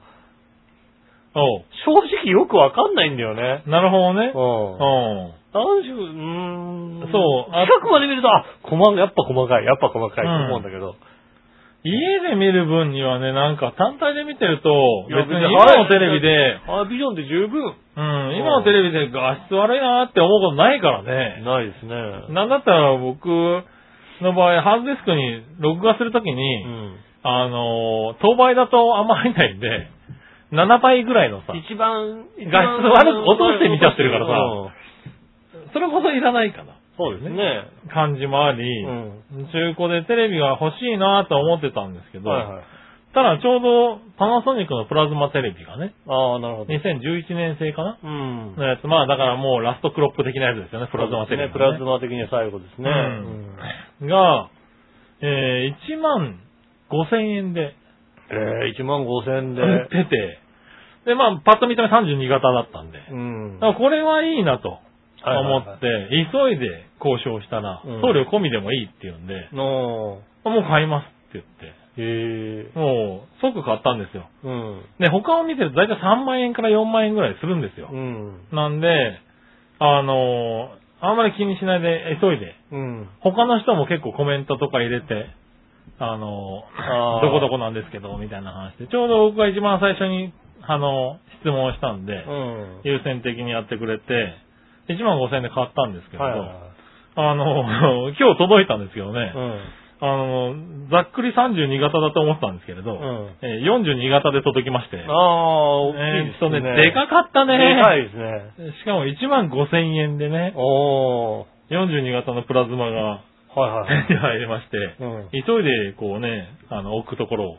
おう正直よくわかんないんだよね。なるほどね。うん。うん。男子、うーん。そうあ近くまで見ると、あ、細やっぱ細かい、やっぱ細かいと思うんだけど。家で見る分にはね、なんか単体で見てると、いや別に今のテレビで、、ハイビジョンで十分。うん、今のテレビで画質悪いなって思うことないからね。ないですね。なんだったら僕の場合、ハードディスクに録画するときうに、ん。あのー、当倍だとあんま入んないんで、7倍ぐらいのさ、一番、一番画質悪く落として見ちゃってるからさうんそれこそいらないかな、そうですね。感じもあり、うん中古でテレビが欲しいなと思ってたんですけど、はいはい。ただちょうどパナソニックのプラズマテレビがね、ああ、なるほど。 2011年製かなうん。のやつ、まあだからもうラストクロップ的なやつですよね、プラズマテレビ、ね。プラズマ的には最後ですね。うんうんが、えー、1万5000円でえー、1万5千で。売ってて、で、まあ、パッと見た目32型だったんで、うん。あこれはいいなとはいはいは思いって、急いで交渉したら、うん送料込みでもいいって言うんで、のあもう買いますって言っへえて、もう即買ったんですよ。うん。で、他を見てると大体3万円から4万円ぐらいするんですよ。うん。なんで、あのーあんまり気にしないで、急いで、うん。他の人も結構コメントとか入れて、あの、あーどこどこなんですけど、みたいな話で、ちょうど僕が一番最初に、あの、質問をしたんでう、ん。優先的にやってくれて、1万5000円で買ったんですけど、はいはあの、 今日届いたんですけどいね、はい。あの、ざっくり32型だと思ったんですけれど、うんえー42型で届きまして、うん。ああ、大きいえでーっすとね。ね、でかかったね。でかいですね。しかも1万5000円でね、おー。 42型のプラズマがはいはい。 手に入りまして、うん急いで、こうね、あの、置くところを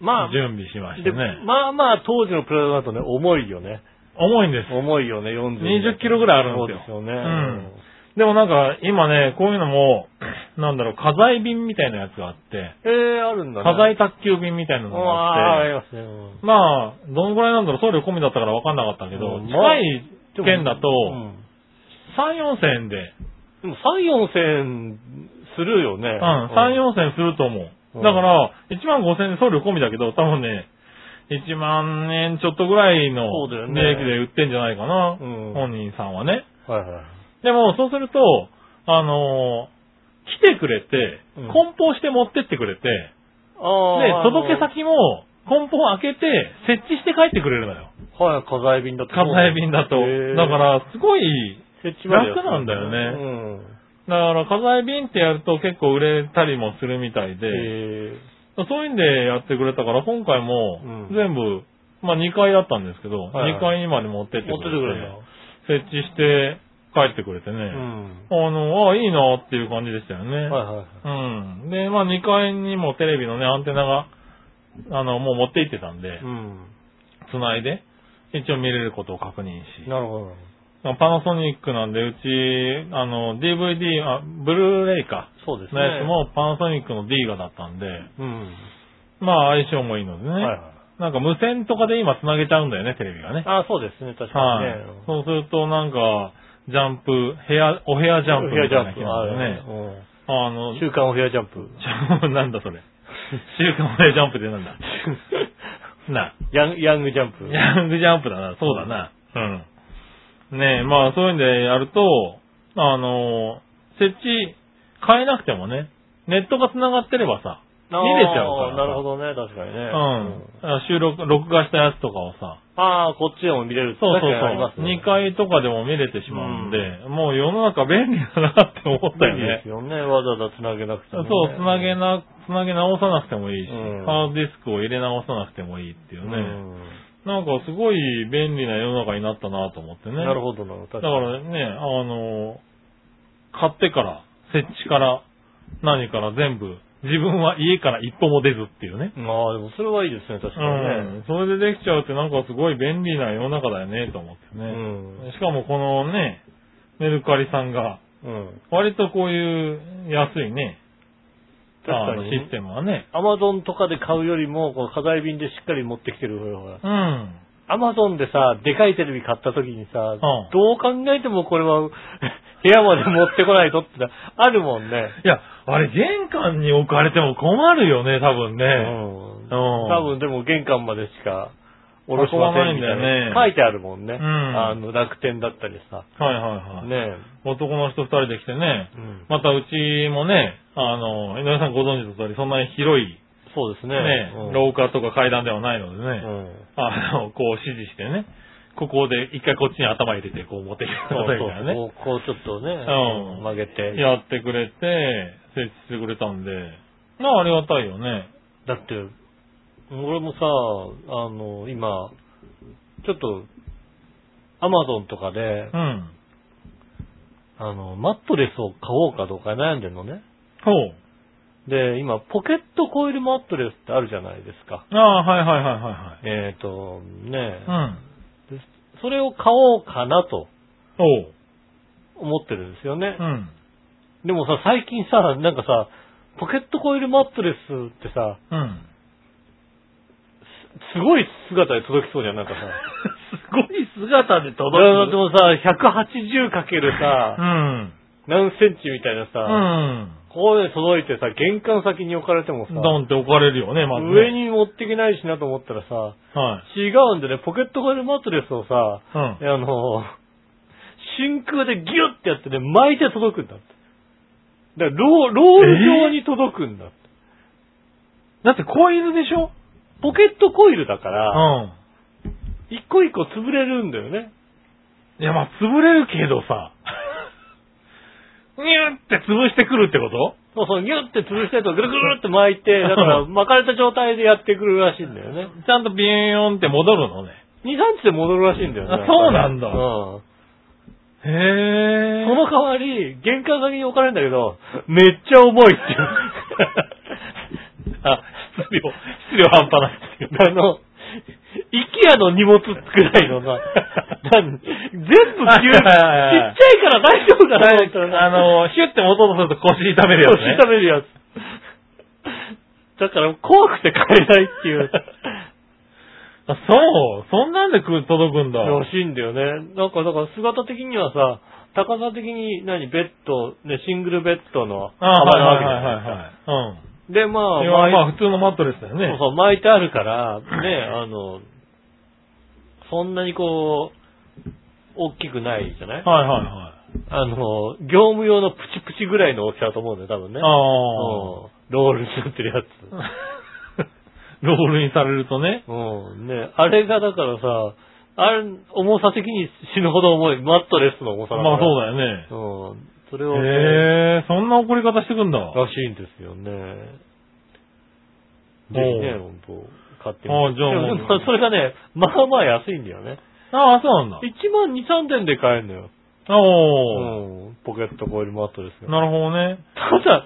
まあ、準備しましでてね。まあまあ、当時のプラズマだとね、重いよね。重いんです。重いよね、40。 20キロぐらいあるんですよそうですよね。うんでもなんか、今ね、こういうのも、なんだろう、家財便みたいなやつがあって、ええあるんだね。家財卓球便みたいなのあがあ、ああっりて、ますね。うんまあ、どのぐらいなんだろう、送料込みだったから分かんなかったけど、うん近い県だと、うん3、4千円で、う、でも3、4千するよね。うん3、4千すると思うう。んだから、1万5千円で送料込みだけど、多分ね、1万円ちょっとぐらいのそうだよ利ね益で売ってんじゃないかな、うん本人さんはね。はいはい。でも、そうすると、あのー来てくれてうん、梱包して持ってってくれて、ああ。で、届けあの。先も、梱包開けて、設置して帰ってくれるのよ。はい、 家財便だと。家財便だと。へえだか、ら、すごい、設置までやって楽なんだよねうん。だから、家財便ってやると結構売れたりもするみたいで、ええそういうんでやってくれたから、今回もうん、全部、まあ2階だったんですけど、はいはい2階にまで持ってって持っててくれるて、設置して帰ってくれてね、んだ。あの、あいいなっていう感じでしたよね。うん。はいはい。うん。で、まあ2階にもテレビのね、アンテナが、あの、もう持って行ってたんでう、ん。繋いで、一応見れることを確認し。なるほど。まあパナソニックなんで、うち、あの、DVD、あ、ブルーレイか、そうですね。のやつもパナソニックの D がだったんで、うん。まあ相性もいいのでね、はいはい。なんか無線とかで今繋げちゃうんだよね、テレビがね。ああ、そうですね、確かにはねい。。そうするとなんか、ジャンプ、部屋、お部屋ジャンプフェアみジたいャなン機プ。能でね。ね。あの、週刊オフェアジャンプ。ちょ なん だそれ。週刊お部屋ジャンプでなんだ。な、 ヤンヤングジャンプ。ヤングジャンプだな、そうだな。うん。ねえ、まあそういうんでやると、あの、設置変えなくてもね、ネットが繋がってればさ、あー見れちゃうからさなるほどね、確かにね。う。うんあ収録、録画したやつとかをさ、ああ、こっちでも見れるってそう確そかにありうまそすう、ね。 2階とかでも見れてしまうんで、もう世の中便利だなって思ったよいいでねす。よね。わざわざ繋げなくてそも、うね。、繋げな、繋げ直さなくてもいいし、うんハードディスクを入れ直さなくてもいいっていうね。うんなんかすごい便利な世の中になったなと思ってね。なるほどなるほど。だからね、あの、買ってから、設置から、何から全部、自分は家から一歩も出ずっていうね。ら。ああ、でもそれはいいですね、確かうにんね。。それでできちゃうってなんかすごい便利な世の中だよね、と思ってうね。ん。しかもこのね、メルカリさんが、うん。割とこういう安いね、確かあのに。システムはね。アマゾンとかで買うよりも、この家財便でしっかり持ってきてる方が。うん。アマゾンでさ、でかいテレビ買った時にさ、んどう考えてもこれは 部屋まで持ってこないとってのはあるもんね。いや、あれ玄関に置かれても困るよね、多分ね。うん。うん多分でも玄関までしか下ろしませんみたい運ばないんだよねな。書いてあるもんね。んあの楽天だったりさ。はいはいはい。ねえ。男の人二人で来てね。うんまたうちもね、あの、井上さんご存知の通り、そんなに広い、そうですね。ね、うん廊下とか階段ではないのでうね、んあの、こう指示してね、ここで一回こっちに頭入れて、こう持ってきてくそうださいみそたいなね。う。こうこうちょっとね、うん曲げて。やってくれて、設置してくれたんで、まあありがたいよね。だって、俺もさ、あの、今、ちょっと、アマゾンとかでう、ん。あの、マットレスを買おうかどうか悩んでるのね。ほう。で、今、ポケットコイルマットレスってあるじゃないですか。ああ、はいはいはいはえっ、と、ねいはい。それを買おうかなとうん。おう。思ってるんですよねう。ん。でもさ、最近さ、なんかさ、ポケットコイルマットレスってさ、うん。すごい姿で届きそうじゃん、なんかさ。 すごい姿でいや届でく。もさ、180かけるさう、ん。何センチみたいなさ、うん。ここで届いてさ、玄関先に置かれてもさ、ドンって置かれるよね、まず、ね。上。に持ってけないしなと思ったらさ、はい。違うんでね、ポケットコイルマットレスをさ、うんあ。の、真空でギュッてやってね、巻いて届くんだって。だからロー、ロール状に届くんだって。だってコイルでしょポケットコイルだかうら、ん。一個一個潰れるんだよね。いや、まあ、潰れるけど さ。ニューって潰してくるってことそうそう、ギュッて潰したやつをぐるぐるって巻いて、だ から巻かれた状態でやってくるらしいんだよね。ちゃんとビヨーンって戻るのね。 2、3日で戻るらしいんだよね。あそうなんだうん。へえ。その代わり、玄関先に置かれるんだけど、めっちゃ重い っていう。 あ、質量、質量半端ないっていうね。 あの、イケアの荷物くらいの さ、なん全部牛、ちっちはいゃいかはいはいら大丈夫かなと思ったらあの、ヒュッて持とうとすると腰痛めるやつね。腰痛めるやつ。だから怖くて買えないって いう。あそう、そんなんでく届くんだ。らしいんだよね。なんか、だから姿的にはさ、高さ的に何、ベッド、ね、シングルベッドのああ、幅なはいわけじゃはいないはいはい。うん。で、まあ、いやま巻あ普通のマットレスだよいね。そうそう巻いてあるから、ね、あの、そんなにこう、大きくないじゃないはいはいはあの、業務用のプチプチぐらいの大きさだと思うんだよ、多分ね。い。うんああ。ロールになってるや つ。ロールにされるとね。うん、ね、あれがだからさ、あれ、重さ的に死ぬほど重い、マットレスの重さだから。まあ そうだよね。う。ん、それをね、へえ、そんな怒り方してくんだ。あらしいんですよね。ぜひね、お本当買ってみて。あじゃあでもまあそれがね、まあまあ安いんだよね。あ、そうなんだ。 1万2、3点で買えるのよ。おお、うん、ポケットコイルマットレスが。なるほどね。ただ、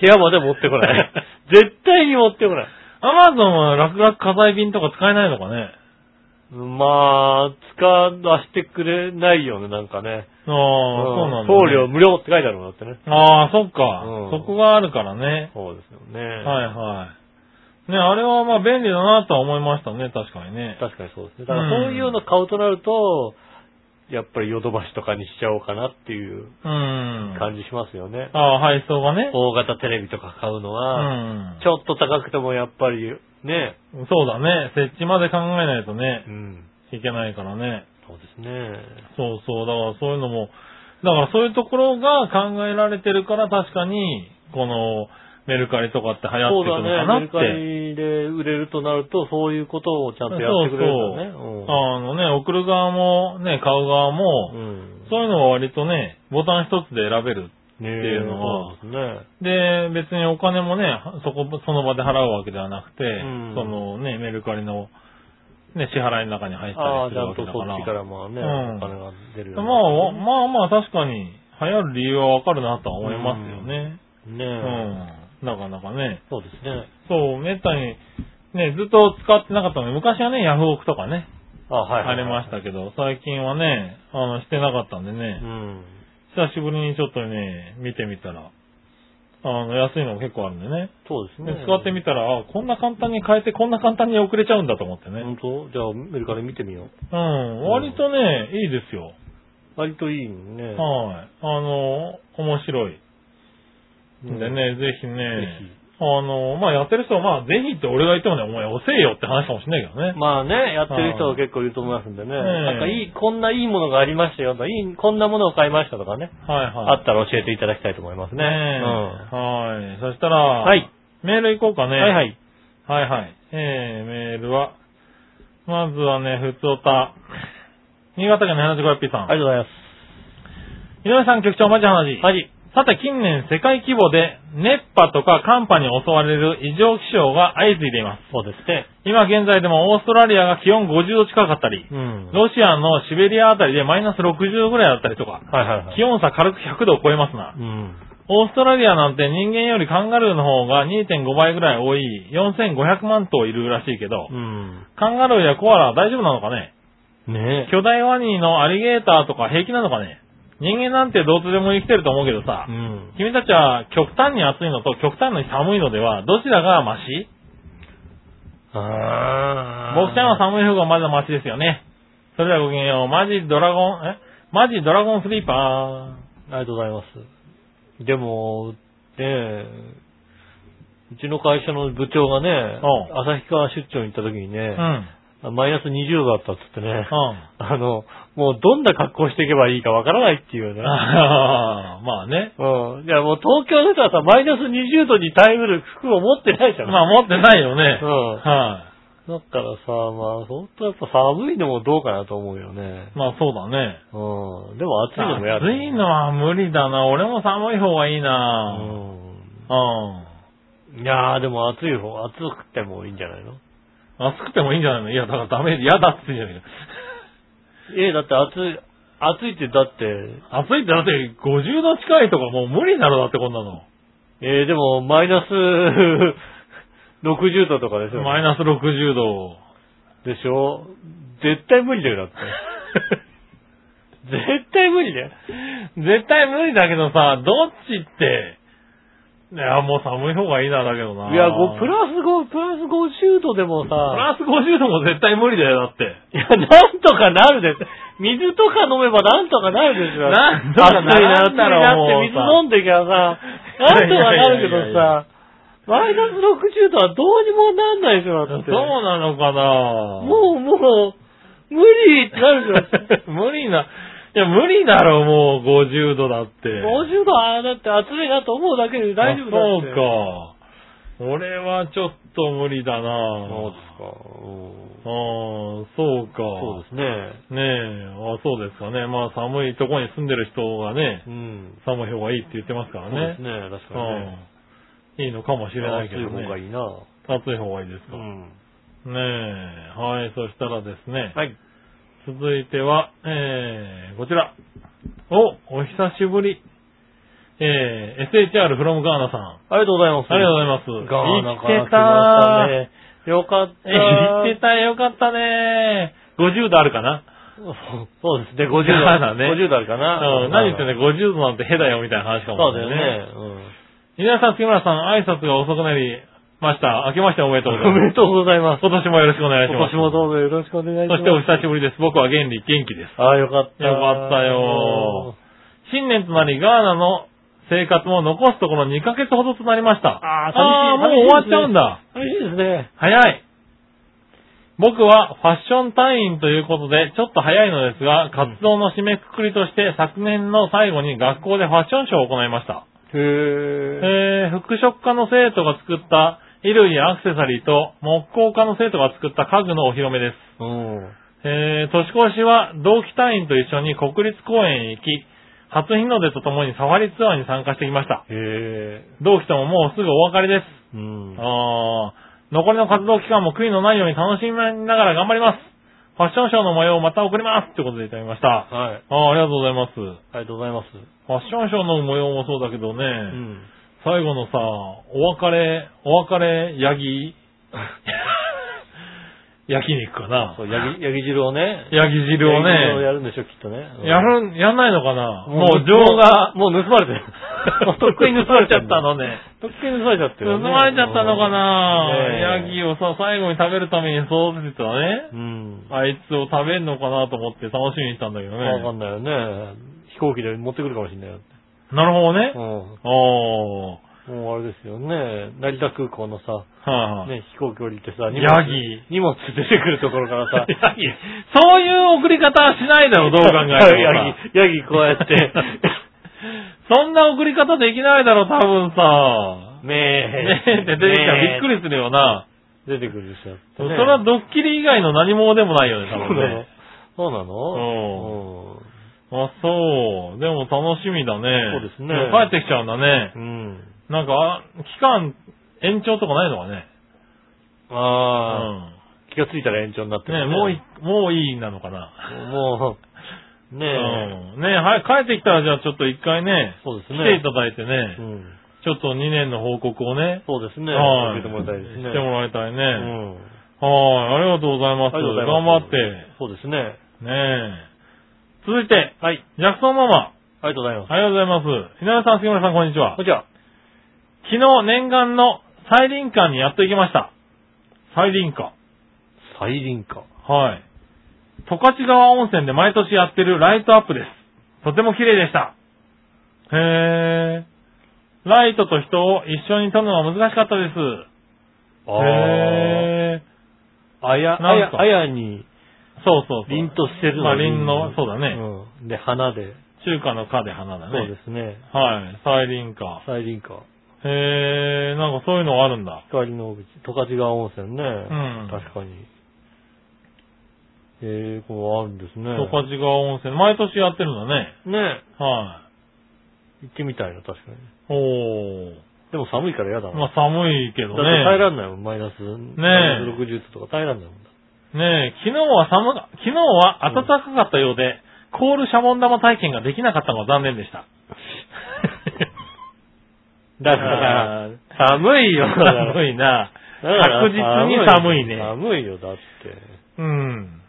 部屋まで持ってこ ない。絶対に持ってこない。アマゾンは落書き課題便とか使えないのかね。まあ、使わせてくれないよね、なんかね。ああ、そうなんだ、ね。送料無料って書いてあるもんだってね。ああ、そっか、うんそこがあるからね。そうですよね。はいはい。ね、あれはまあ便利だなとは思いましたね、確かにね。確かにそうですね。だからそういうの買うとなると、やっぱりヨドバシとかにしちゃおうかなっていううん。感じしますよね。ああ、配送がね。大型テレビとか買うのうは、ん。ちょっと高くてもやっぱりね、そうだね。設置まで考えないとねう、ん、いけないからね。そうですね。そうそう。だからそういうのも、だからそういうところが考えられてるから確かに、このメルカリとかって流行そっうだてくるねメの。かなルって。カリで売れるとなると、そういうことをちゃんとやってくれるんだよね。あのね、送る側もね、買う側も、うん。うん。そういうのは割とね、ボタン一つで選べる。っていうのはそうですね。で、別にお金もね、そこ、その場で払うわけではなくて、んそのね、メルカリの、ね、支払いの中に入ったああ、りすちるゃわんけとだそから。っちからもね、うんお金が出るよまうあになってるねまあまあ確かに流行る理由はわかるなとは思いますよね。ねえ、うん。なかなかね。そうですね。そう、めったに、ね、ずっと使ってなかったので、昔はね、ヤフオクとかね、あ、はい、ありましたけど、最近はね、あの、してなかったんでうね、ん。久しぶりにちょっとね、見てみたら、あの、安いのが結構あるんでね。そうですねで。使ってみたら、あ、こんな簡単に変えて、こんな簡単に遅れちゃうんだと思ってね。本当じゃあ、メルカリ見てみよう。うん、割とね、いいですよ。割といいのね。はい。あの、面白い。うんで。ね、ぜひぜねひ、あの、まあ、やってる人は、まあ、ぜひって俺が言ってもね、お前遅えよって話かもしれないけどね。まあね、やってる人は結構いると思いますんでね。えなんかいい、こんないいものがありましたよとか、いい、こんなものを買いましたとかね。はいあはい。ったら教えていただきたいと思いますね。ねえうん。はい。そしたら、はい。メール行こうかね。はいはい。はいはい。えー、メールは、まずはね、ふつおた。新潟県の 75FP さん。ありがとうございま井上さん局長、マジ話。す。はい。さて、近年世界規模で熱波とか寒波に襲われる異常気象が相次いでいます。そうですね。今現在でもオーストラリアが気温50度近かったり、うんはいロシアのシベリアあたりでマイナス60ぐらいだったりとはか、いはい。気温差軽く100度を超えますな。うん。オーストラリアなんて人間よりカンガルーの方が2.5倍ぐらい多い4500万頭いるらしいけど、うん。カンガルーやコアラは大丈夫なのかねねえ。巨大ワニのアリゲーターとか平気なのかね人間なんてどうとでも生きてると思うけどさう、ん。君たちは極端に暑いのと極端に寒いのではどちらがマシあ僕ちゃんは寒い方がまだマシですよね。それではごきげんよう。マジドラゴン、えマジドラゴンスリーパー。ありがとうございます。でも、ねえ、うちの会社の部長がね、う旭川出張に行った時にうねん。う、ん。マイナス20度だったっつってね、あの、もうどんな格好していけばいいかわからないっていうね。あーまあね。うん。いやもう東京の人はさ、マイナス20度に耐えうる服を持ってないじゃん。まあ持ってないよね。うん。はだからさ、まあ、ほんとやっぱ寒いのもどうかなと思うよねい。。まあそうだね。うん。でも暑いのもやだ暑いのは無理だな。俺も寒い方がいいな。ううん。ん。いやーでも暑い方、暑くてもいいんじゃないの暑くてもいいんじゃないのいや、だからダメ、嫌だって言うんじゃないえ、だって暑い、暑いってだって、 か。暑いってだって50度近いとかもう無理だろ、だってこんなの。えーでも マイナス60度とかでしょ。マイナス60度。でしょ絶対無理だよ、だ って。絶対無理だよ。絶対無理だけどさ、どっちって、いや、もう寒い方がいいな、だけどな。いや、ごプラス5、プラス50度でもプさ、ラス50度も絶対無理だよ、だって。いや、なんとかなるで。水とか飲めばなんとかなるでしょ。なんとかな暑いな、ら暑んいだろなっもうて水飲んできゃさ、なんとかなるけどいやいやいやいやさ、マイナス60度はどうにもなんないでしょ、だそっうて。なのかなもう、もう、無理ってなる じゃん。無理な、いや、無理だろ、もう50度だって。 50度はだって暑いなと思うだけで大丈夫だって。あそうか。俺はちょっと無理だなそうぁ。ですあか。ーそうか。そうですね。ねえ、あそうですかね。まあ寒いとこに住んでる人がね、うん。寒い方がいいって言ってますかそらうね。ですね、確かにね。うんいいのかもしれないけ暑いど方がね。いいな。暑い方がいいですか。ん。ねえ、はい、そしたらですね、はい。続いては、えー、こちら。お、お久しぶり。えー、SHR from ガーナさん。ありがとうございます。ありがとうございます。ガーナか生ら来きてたましたね。よかった。ー。生きてたよかったねー。50度あるかな そうですね、50度。ガーナね50度あるかな。うん、何言ってんだね。よ、50度なんてへだよみたいな話そかうもしだよれないね。ね。うん皆さん、杉村さん、挨拶が遅くなりました。明けましておめでとうござおいめま。ですとうございます。今年もよろしくお願いし今ます。年もどうぞよろしくお願いしそます。してお久しぶりです。僕は原理元気です。ああ、よかった。よかったよ。新年となり、ガーナの生活も残すところ2ヶ月ほどとなりました。あー寂しいあーもう終わっちゃうんだ。寂しいですね。早い。僕はファッション隊員ということで、ちょっと早いのですが、活動の締めくくりとして、昨年の最後に学校でファッションショーを行いました。へえ。えー、服飾科の生徒が作った衣類やアクセサリーと、木工科の生徒が作った家具のお披露目です。うん。えー、年越しは同期隊員と一緒に国立公園へ行き、初日の出とともにサファリツアーに参加してきました。へえ。同期とももうすぐお別れです。うん。あー残りの活動期間も悔いのないように楽しみながら頑張ります。ファッションショーの模様をまた送りますってことでいただきました。あはい。ーありがとうございます。フありがとうございます。ァッションショーの模様もそうだけどね、うん。最後のさ、お別れ、お別れ、ヤ ギ、焼肉かなそ。う、ヤギ、ヤギ汁をね。ヤギ汁をヤギ汁をやね、るんでしょ、きっとね。うんやるん、やんないのかなもう情情が、。もうもう盗まれてるとっくに盗まれちゃったのね。 とっくに盗まれちゃって 盗る、まれちゃったのかな、ねえヤギをさ、最後に食べるために育ててたね。うん。あいつを食べんのかなと思って楽しみにしたんだけどね。わかんないよね。飛行機で持ってくるかもしれないよ。なるほどねう。ん。おー。もうあれですよね。成田空港のさ、はい、ね、飛行機降りてさ、荷物ヤギ。荷物出てくるところからさ、 ヤギ。そういう送り方はし ないだろ、どう考えてもさ。 ヤギ、ヤギこうや って、そんな送り方できないだろ、多分さ。ねねえ。えって出てきたらびっくりするよな。出てくるでしょ。それはドッキリ以外の何もでもないよね、多分ね。そうなのそうあ、そう。でも楽しみだね。そうですねも帰ってきちゃうんだねなのう。ん。うん。なんか、あ期間延長とかないのかね。うああ、ん。気がついたら延長になってねるもうい、もういいなのかな。もう、ねうえ。ん。ねはい、帰ってきたらじゃあちょっと一回ね、そうで来すていね。ただいてうね、ん。ちょっと2年の報告をね、そうですね。はい。受けてもらいたいですね。してもらいたいね。うん。はい、ありがとうございます。ありがとうござい頑ま張すって。そうですね。ねえ。続いて、はい。ジャクソンママ。ありがとうございます。ありがとうございます。稲田さん、杉村さん、こんにちはこん。にちは。昨日、念願の再臨館にやっと行きました。再臨館。再臨か。はい。十勝川温泉で毎年やってるライトアップです。とても綺麗でした。へー。ライトと人を一緒に撮るのは難しかったです。あへー。あ。あや、あなんすかや、あやに、そうそうそう。凛としてるまあ凛のそうだねうん。で、花で。中華の花で花だそうでね。すね。はい。サイリンカ。再臨か。へー。なんかそういうのがあるんだ。光の口、十勝川温泉ね。ん確かに。ええこうあるんですね。十勝川温泉。毎年やってるんだね。ねは行ってみたいな、確かに。い。おー。でも寒いから嫌だな。まあ寒いけどだっねて。耐えらんないもん、マイナス。ね60度とか耐えらんないもんだ。ねえ、昨日は寒か、昨日は暖かかったようで、凍るシャボン玉体験ができなかったのが残念でした。だから、寒いよ、だから寒いな。だから確実に寒いね寒いよ、だって。うん。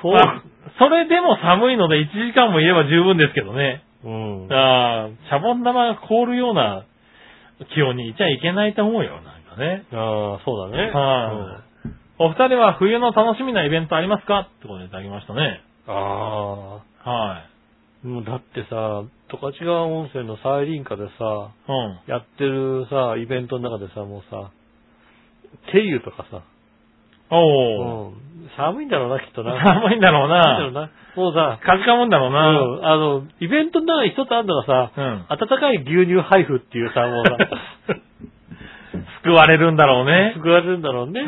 こう、あそれでも寒いので1時間もいれば十分ですけどね。うん。ああ、シャボン玉が凍るような気温にいちゃいけないと思うよ、なんかね。ああ、そうだね。はいお二人は冬の楽しみなイベントありますかってことでいただきましたね。うんああ。はい。もうだってさ、十勝川温泉の再臨下でさ、うん。やってるさ、イベントの中でさ、もうさ、手湯とかさ、うおお、ん、寒いんだろうな、きっと な。寒いんだろう寒いんだろな。うな。もうさ、かじかむんだろううな。ん、あの、イベントの中に一つあんのがさ、うん。温かい牛乳配布っていうさ、もう さ、救われるんだろうね。作られるんだろうね。う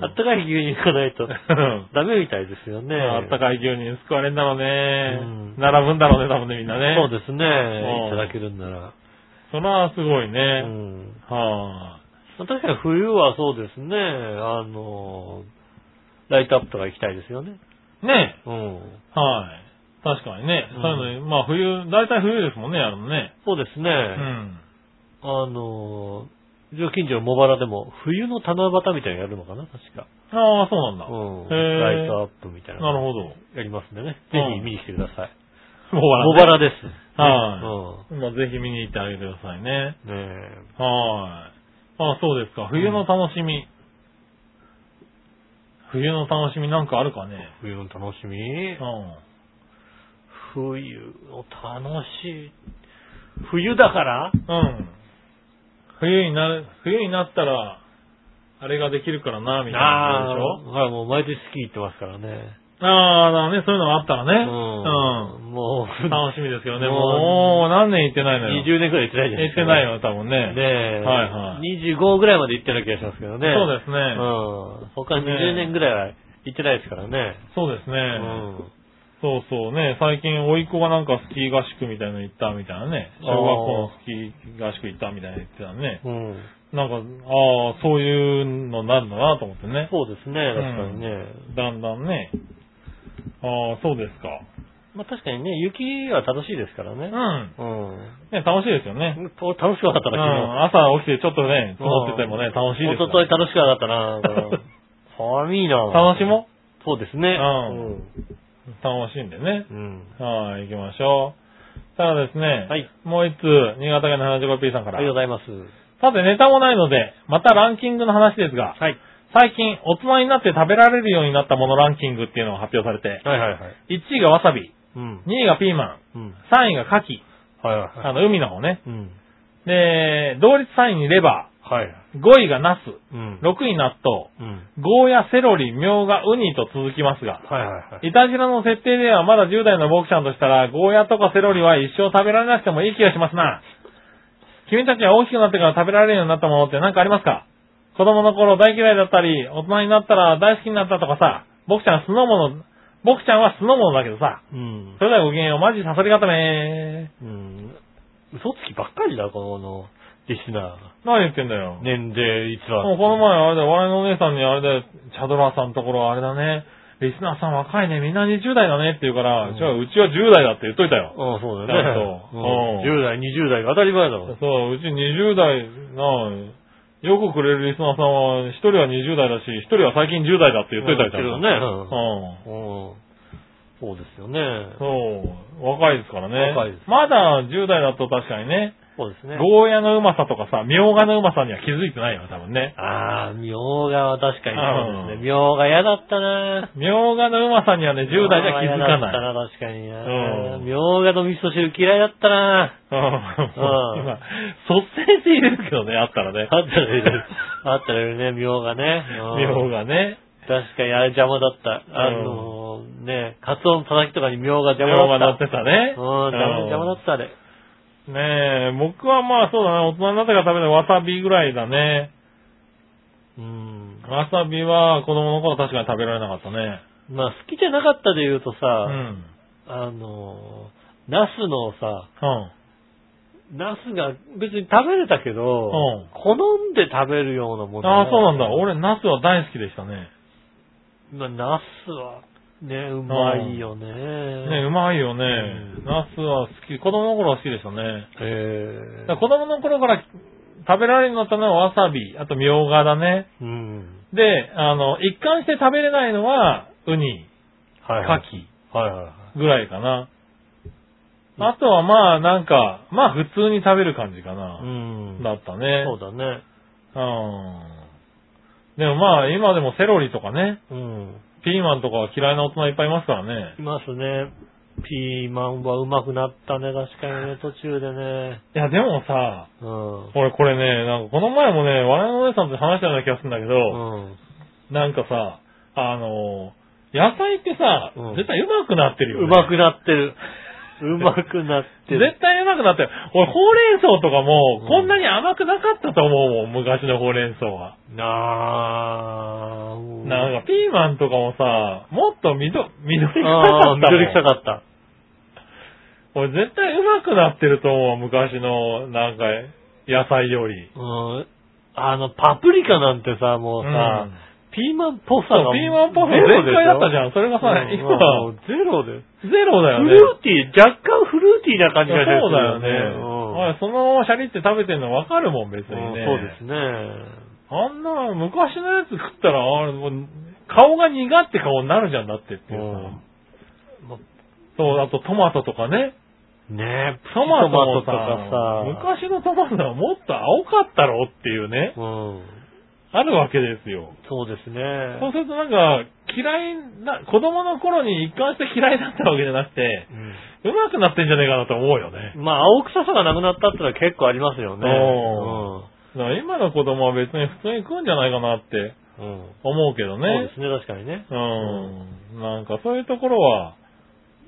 ん。あったかい牛乳がないとダメみたいですよね。あったかい牛乳救われんだろうね、うん並ぶんだろうね、多分ね、みんなね。そうですんね。いただけるんなら。それはすごいうね。ん。は確かに冬はそうですね。あの、ライトアップとか行きたいですよね。あ。ねうん。はい。確かにね。うんそういうの、まあ冬、大体冬ですもんね、やるのね。そうですね。うん。あの、うちの近所の茂原でも冬の七夕みたいなのやるのかな確か。ああ、そうなんだ。うん。へえライトアップみたいな。なるほど。やりますんでね。ぜうんひ見に来てください。茂茂原、原です。はまあぜひ見に行ってあげてくださいね。うん。ねえ。はい。ああ、そうですか。冬の楽しみ。冬の楽しみなんかあるかね。冬の楽しみうん。冬の楽しい。冬だからうん。冬になる、冬になったら、あれができるからな、みたいなああ、ことでしほらもう毎年スキー行ってますからね。ょああ、だからね、そういうのがあったらうね。ん。もう、うん。楽しみですよね。うんもう、何年行ってないのよ。 20年くらい行ってないじゃないで行っすか。てないよ、多分ね。ねえ。はいはい。 25ぐらいまで行ってる気がしますけどね。そうですうね。ん。他20年ぐらいは行ってないですからね。そうですね。うん。そうそうね。最近、甥っ子がなんかスキー合宿みたいの行ったみたいなね。小学校のスキー合宿行ったみたいなの言ってたね。うん。なんか、ああ、そういうのなるんだなと思ってね。そうですね、確かにね。だんだんね。ああ、そうですか。まあ確かにね、雪は楽しいですからうね。うん。ん。ね、楽しいですよね。と楽しくなかったうらん、朝起きてちょっとね、積もっててもね、楽しい昨日。一昨ですよ。日楽しくなかった な。うん寒いな。楽しもそうですね。うんう楽しんでねう。ん。はい、行きましょう。ただですね、はい。もう一通、新潟県の 75P さんあかりがとうごら。ざいます。さて、ネタもないので、またランキングの話ですが、はい。最近、大人になって食べられるようになったものランキングっていうのが発表されて、はいはいはい。 1位がわさび、うん。 2位がピーマン、うん。 3位が牡蠣、はいはいはあい。の、海の方ね。うん。で、同率3位にレバはい。ー、5位がナス、うん。 6位納豆、うん。ゴーヤ、セロリ、ミョウガ、ウニと続きますが、はいはいはい。イタジラの設定ではまだ10代のボクちゃんとしたら、ゴーヤとかセロリは一生食べられなくてもいい気がしますな。君たちは大きくなってから食べられるようになったものって何かありますか子供の頃大嫌いだったり、大人になったら大好きになったとかさ、ボクちゃん酢の物、ボクちゃんは酢の物だけどさ、うんそ。れではごきげんよう、マジさそり固めうん。嘘つきばっかりだ、この、リスナ何言ってんだよー。。年齢一番。もうこの前、あれだよ、我々のお姉さんにあれだよ、チャドラーさんのところあれだね、リスナーさん若いね、みんな20代だねって言うから、うんじゃあうちは10代だって言っといたよ。うん、そうだだよとね。うん10代、20代が当たり前だもん。そう、うち20代なあよくくれるリスナーさんは、一人は20代だし、一人は最近10代だって言っといたりけどね。ね。うん。うん。そうですよね。そう、若いですからね。若いですまだ10代だと確かにね、そうですね。ゴーヤのうまさとかさ、ミョウガのうまさには気づいてないよ、多分ね。ああ、みょうがは確かにそうですね。うんみょうが嫌だったな。ミョウガのうまさにはね、10代じゃ気づかあー嫌だったない。な、確かにうな。んみょうがの味噌汁嫌いだったな。うん。うん今、率先して入れるけどね、あったらね。あったらいいですあったらいいね、みょうがね。うんミョウガね。確かにあれ邪魔だった。あのー、ね、カツオのたたきとかにみょうがミ邪ョ魔だウっガた乗っ。てたね。うん、邪魔邪魔だった、あれ。ねえ、僕はまあそうだな、大人になってから食べるのはわさびぐらいだね。うん。わさびは子供の頃確かに食べられなかったね。まあ、好きじゃなかったで言うとさ、うん。あのー、ナスのさ、うん。ナスが別に食べれたけど、うん好んで食べるようなものじゃああ、そうなんかだ。ら俺、ナスは大好きでしたね。まあ、ナスは、ね、うまいよね。ねうまいよねう。んナスは好き。子供の頃は好きでしたね。えだから子供の頃から食べられるようになったのはわさび、あとみょうがだね。うん。で、あの、一貫して食べれないのは、ウニ、はいはカい。キはいはいはい。ぐらいかな。あとはまあなんか、まあ普通に食べる感じかな。うん。だったね。そうだね。うん。でもまあ今でもセロリとかね、うん。ピーマンとかは嫌いな大人いっぱいいますからね。いますね。ピーマンはうまくなったね、確かにね、途中でね。いやでもさ、うん。俺これね、なんかこの前もね、我のお姉さんと話したような気がするんだけうど、ん。なんかさ、あの、野菜ってさ、うん絶対うまくなってるよ、ね。うまくなってる。うまくなって る。絶対うまくなってる。俺、ほうれん草とかもう、んこんなに甘くなかったと思うもん、昔のほうれん草は。なあーなんか、ピーマンとかもさ、もっと緑、緑臭かったあーもん。緑臭かった。俺、絶対うまくなってると思う、昔の、なんか、野菜より。うん。あの、パプリカなんてさ、もうさ、うんピーマンっぽさそがう、ピーマンポフェゼロで全開だったじん。ゃん。それがさ、うん今は、ゼロで。ゼロだよフね。ルーティー、若干フルーティーな感いじがやするそうだよね。うんおいそのままシャリって食べてんの分かるもん、別にね。うんそうですね。あんな、昔のやつ食ったら、あれもう顔が苦って顔になるじゃんだってっていうさ。そう、あとトマトとかね。うんねえ、トマトもプチトマトとかさ、昔のトマトはもっと青かったろっていうね、うん、あるわけですよ。そうですね。そうするとなんか、嫌いな、子供の頃に一貫して嫌いだったわけじゃなくて、うまくなってんじゃねえかなと思うよねう。んまあ、青臭さがなくなったってのは結構ありますよね。だから今の子供は別に普通に食うんじゃないかなってうんうん思うけどね。そうですね、確かにね。うん。なんかそういうところは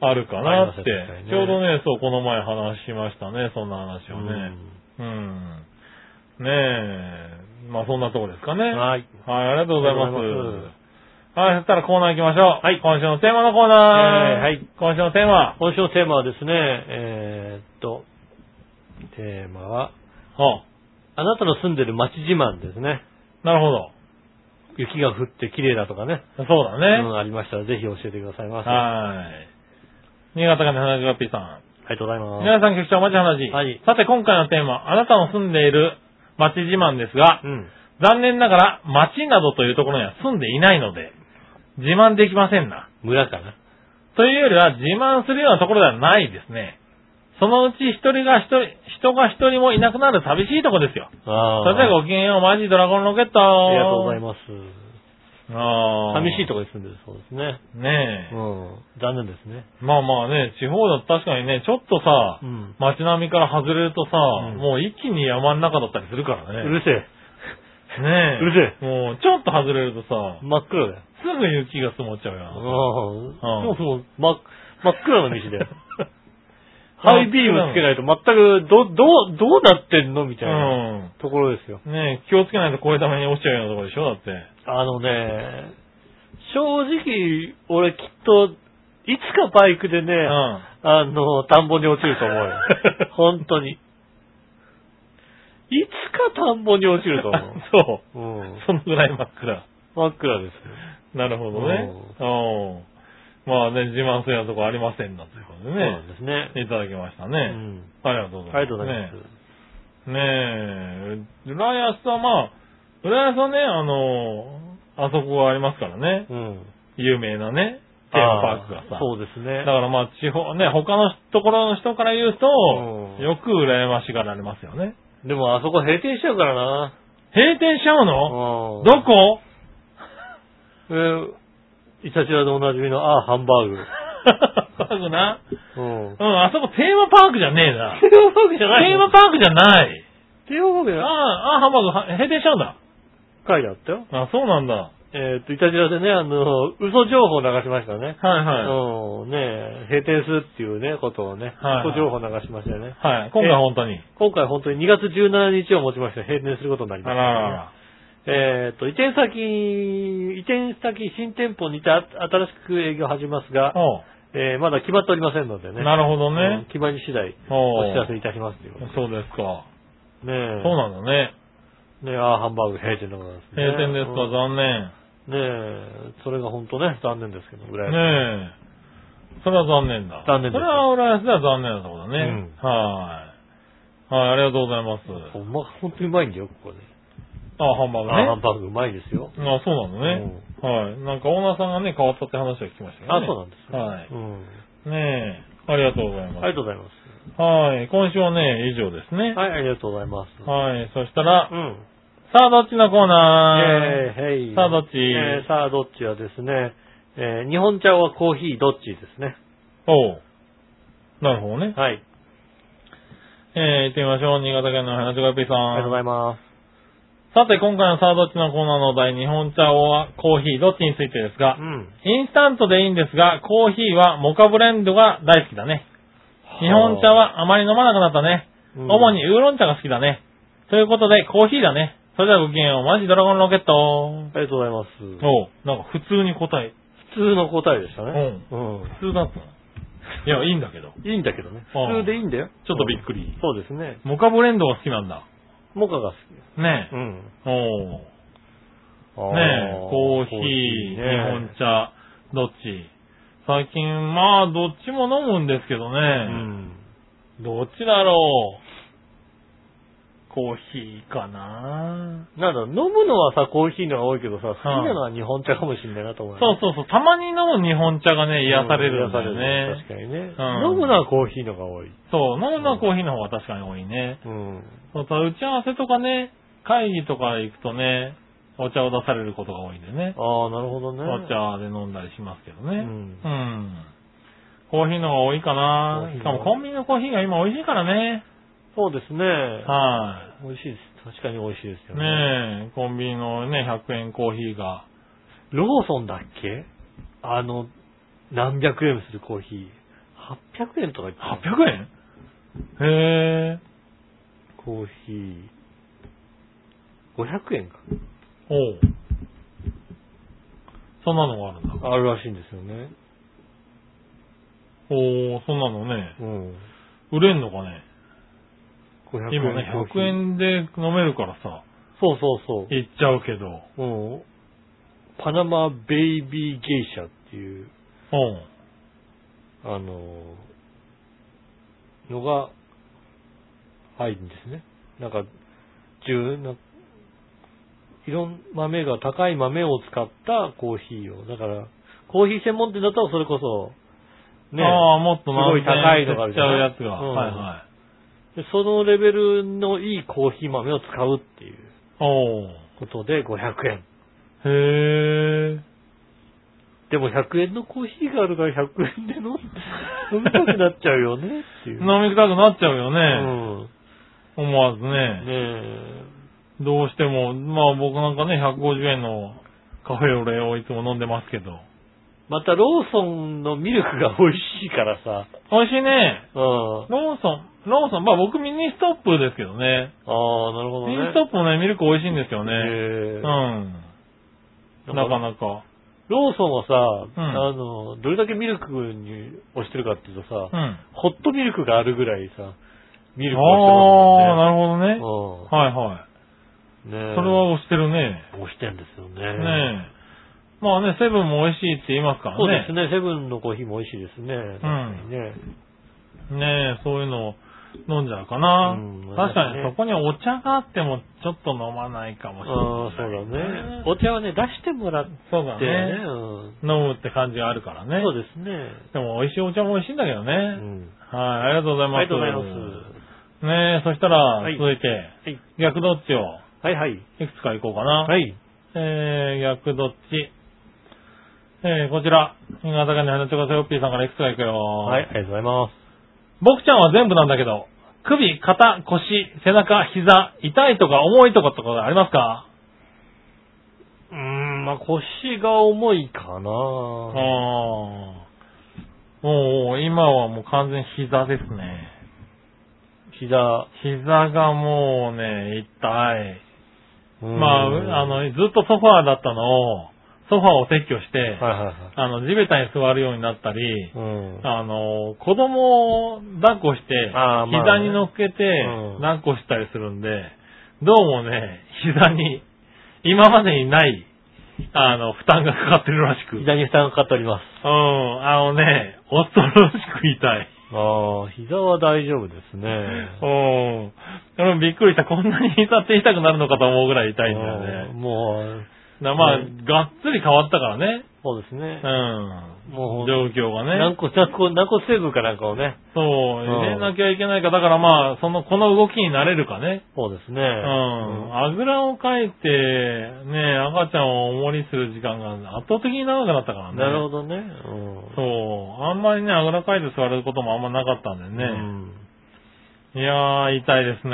あるかなって、ありますよ確かにねちょうどね、そう、この前話しましたね、そんな話をうね。んうん。ねえ。まあそんなとこですかね。はい、はい。ありがとうございま。ありがとうございますはい、そしたらコーナー行きましょう。はい。今週のテーマのコーナー。えーはい。今週のテーマ。今週のテーマはですね、えーっと、テーマは、はあなたの住んでる街自慢ですね。あ、なるほど。雪が降って綺麗だとかね。そうだね。うんありましたらぜひ教えてくださいませ。あはい。新潟県の花がっぴーさん。りがとうございます。皆さん、局長、マジ話。はいさて、今回のテーマ、あなたの住んでいる町自慢ですが、うん。残念ながら町などというところには住んでいないので、自慢できませんな。村かな。というよりは自慢するようなところではないですね。そのうち一人が一人、人が一人もいなくなる寂しいとこですよ。あそれではごきげんよう、マジドラゴンロケット。あありがとうございます。す。あ寂しいとところに住んでるそうですね。こ。ねうん。え、残念ですね。まあまあね、地方だと確かにね、ちょっとさ、うん。街並みから外れるとさ、んもう一気に山の中だったりするからうね。るせえ。ねえ。うるせえ。もう、ちょっと外れるとさ、真っ暗だよ。すぐ雪が積もっちゃううよ。ん。うんでももう真っ真っ暗な道 で。ハイビームつけないと全く、ど、どう、どうなってんのみたいなうところですよ。ん。ねえ、気をつけないとこういうために落ちちゃうようなとこでしょだって。あのね、正直、俺きっと、いつかバイクでね、うん。あの、田んぼに落ちると思う よ。本当に。いつか田んぼに落ちると思。そううんう。。そのぐらい真っ暗。真っ暗ですなるほどね。うん。まあね、自慢するようなとこありませんなということよ。でそうなんね。ですね。いただきましたうね。ん。ありがとうございます。ありがとうございます。ねえ、浦安はまあ、浦安はね、あの、あそこがありますからね。うん。有名なね、テーマパークがあさ。そうですねだか。らまあ地方、ね、他のところの人から言うと、うんよく羨ましがられますよね。でもあそこ閉店しちゃうからな。閉店しちゃうのうんどこ えー、イタチラでおなじみの、ああ、ハンバーグ。パークな。うん。うん、あそこテーマパークじゃねえな。 テーマパークじゃないテーマークパークじゃない。テーマパークじゃあないあ、あハンバーグは閉店しちゃうんだ。書いてあったよ。あそうなんだ。はえっと、イタチラでね、あの、嘘情報を流しましたね。いはい。うん、ねえ閉店するっていうね、ことをね、はいはい嘘情報を流しましたよね。はい、今回本当に。今回本当に2月17日をもちまして閉店することになりあまらしらた、ら。えっ、と、移転先、移転先新店舗にてあ新しく営業を始めますが、おうえーまだ決まっておりませんのでね。なるほどうんね。決まり次第、おおう知らせいたしますということで。そうですか。ねえ。そうなんだね。ねえ、あーハンバーグ閉店でございますね。閉店ですか、残念。うんねえ、それが本当ね、残念ですけど、ぐらい。ねえ。それは残念だ。残念ですそれは浦安では残念なところだね。はい。はい、ありがとうございます。ほんま、本当にうまいんだよ、ここね。あ、ハンバーグあハンね。バーグうまいですよ。あそうなのね。はい。なんかオーナーさんがね、変わったって話を聞きましたけどあね。そうなんですねはい。うん。ねえ。ありがとうございます。ありがとうございます。はい。今週はね、以上ですね。はい、ありがとうございます。はい。そしたらう、ん。さあ、どっちのコーナーえー、へい。さあどっちえーさあ、どっちはですね、えー日本茶はコーヒーどっちですね。おう。なるほどね。はい。えー、行ってみましょう。新潟県の花ちがぴーさありがとうござん。いまさて、今回のさあ、どっちのコーナーのお題、日本茶はコーヒーどっちについてですがす。う、ん。インスタントでいいんですが、コーヒーはモカブレンドが大好きだね。日本茶はあまり飲まなくなったね。うん主にウーロン茶が好きだね。ということで、コーヒーだね。それではごきげんよう。マジドラゴンロケット。おありがとうございます。う、なんか普通に答え。普通の答えでしたね。うん。普通だったな。いや、いいんだけど。いいんだけどね。ああ普通でいいんだよ。ちょっとびっくりうんそうですね。モカブレンドが好きなんだ。モカが好ねき。うん。え。おう。あねえ、コーヒー、ね日本茶、どっち最近、まあ、どっちも飲むんですけどね。うん。どっちだろうコーヒーかななんだ、飲むのはさ、コーヒーのが多いけどさ、好きなのは日本茶かもしれないなと思そうそうそう、たまに飲む日本茶がね、うん癒されるんだよ癒ね。される確かうにんね。飲むのはコーヒーのが多い。そう、飲むのはコーヒーの方が確かに多いね。うん。そうそう打ち合わせとかね、会議とか行くとね、お茶を出されることが多いんでね。ああ、なるほどね。お茶で飲んだりしますけどね。うんうんコーヒーの方が多いかコーなヒーしのかもコンビニのコーヒーが今美味しいからね。そうですね。は美味しいです。確かに美味しいですよい。ね。ねえ、コンビニのね、100円コーヒーが。ローソンだっけあの、何百円するコーヒー。800円とか言ってた800円へえ。コーヒー。500円か。おう。そんなのがあるんだ。あるらしいんですよね。おおそんなのね。うん。売れんのかね500今ね、コーヒー100円で飲めるからさ、そうそうそう。行っちゃうけど。うん。パナマベイビーゲイシャっていう、うん。あの、のが、あるんですね。なんか、十、ないろん豆が、高い豆を使ったコーヒーを。だから、コーヒー専門店だとそれこそ、ね、ああ、もっすとごい高いのがある行っじちゃゃなういやつが。うんはいはい。でそのレベルのいいコーヒー豆を使うっていうおうことで500円。へえ。でも100円のコーヒーがあるから100円で飲ん飲みたくなっちゃうよねっていう。飲みたくなっちゃうようね。ん。思わずねね。え。どうしても、まあ僕なんかね、150円のカフェオレをいつも飲んでますけど。またローソンのミルクが美味しいからさ。美味しいね。うん。ローソン、ローソン、まあ僕ミニストップですけどね。ああ、なるほどね。ミニストップもね、ミルク美味しいんですよね。うへえん。なかなか。ローソンはさ、うんあの、どれだけミルクに押してるかっていうとさ、うん。ホットミルクがあるぐらいさ、ミルクああ、なをるほどね。してますもんね。はいはうん。い。ねえそれは押してるね。押してんですよね。ねえ。まあね、セブンも美味しいって言いますからね。そうですね。セブンのコーヒーも美味しいですね。確かにね。ねえ、そういうのを飲んじゃうかな。うん確かねにそこにお茶があってもちょっと飲まないかもしあれあ、そうない。だね。お茶はね、出してもらってね。そうだね。うん飲むって感じがあるからね。そうですね。でも美味しいお茶も美味しいんだけどね。うんはい、ありがとうございあます。りがとうございます。す。ねえ、そしたらは、い続いて、はい。逆どっちをはいはい。いくつか行こうかな。はい。えー、逆どっち。えー、こちら、新潟県の花ちょこせよっぴーさんからいくつか行くよ。はい、ありがとうございます。僕ちゃんは全部なんだけど、首、肩、腰、背中、膝、痛いとか重いとかとかありますかうーん、まあ腰が重いかなああ。もう、今はもう完全に膝ですね。膝。膝がもうね、痛い。うんまあ、あ、はいの、ずっとソファーだったのを、ソファーを撤去して、はいはい。あの、地べたに座るようになったり、うん。あの、子供を抱っこして、あーまあね膝に乗っけてうん、抱っこしたりするんで、どうもね、膝に、今までにない、あの、負担がかかってるらしく。うん、膝に負担がかかっております。あのね、恐ろしく痛い。ああ、膝は大丈夫ですね。うん。でもびっくりした。こんなに膝って痛くなるのかと思うぐらい痛いんだよああね。もう、なまあ、うがっつり変わったからね。そうですね。うもん。う状況がね。軟骨、軟骨、軟骨成分かなんかをね。そう、入れなきゃいけないか。だからまあ、その、この動きになれるかね。そうですね。うん。あぐらをかいて、ね、赤ちゃんをおもりする時間が圧倒的に長くなったからね。なるほどね。うん。そう。あんまりね、あぐらかいて座ることもあんまなかったんだようんね。いやー、痛いですね。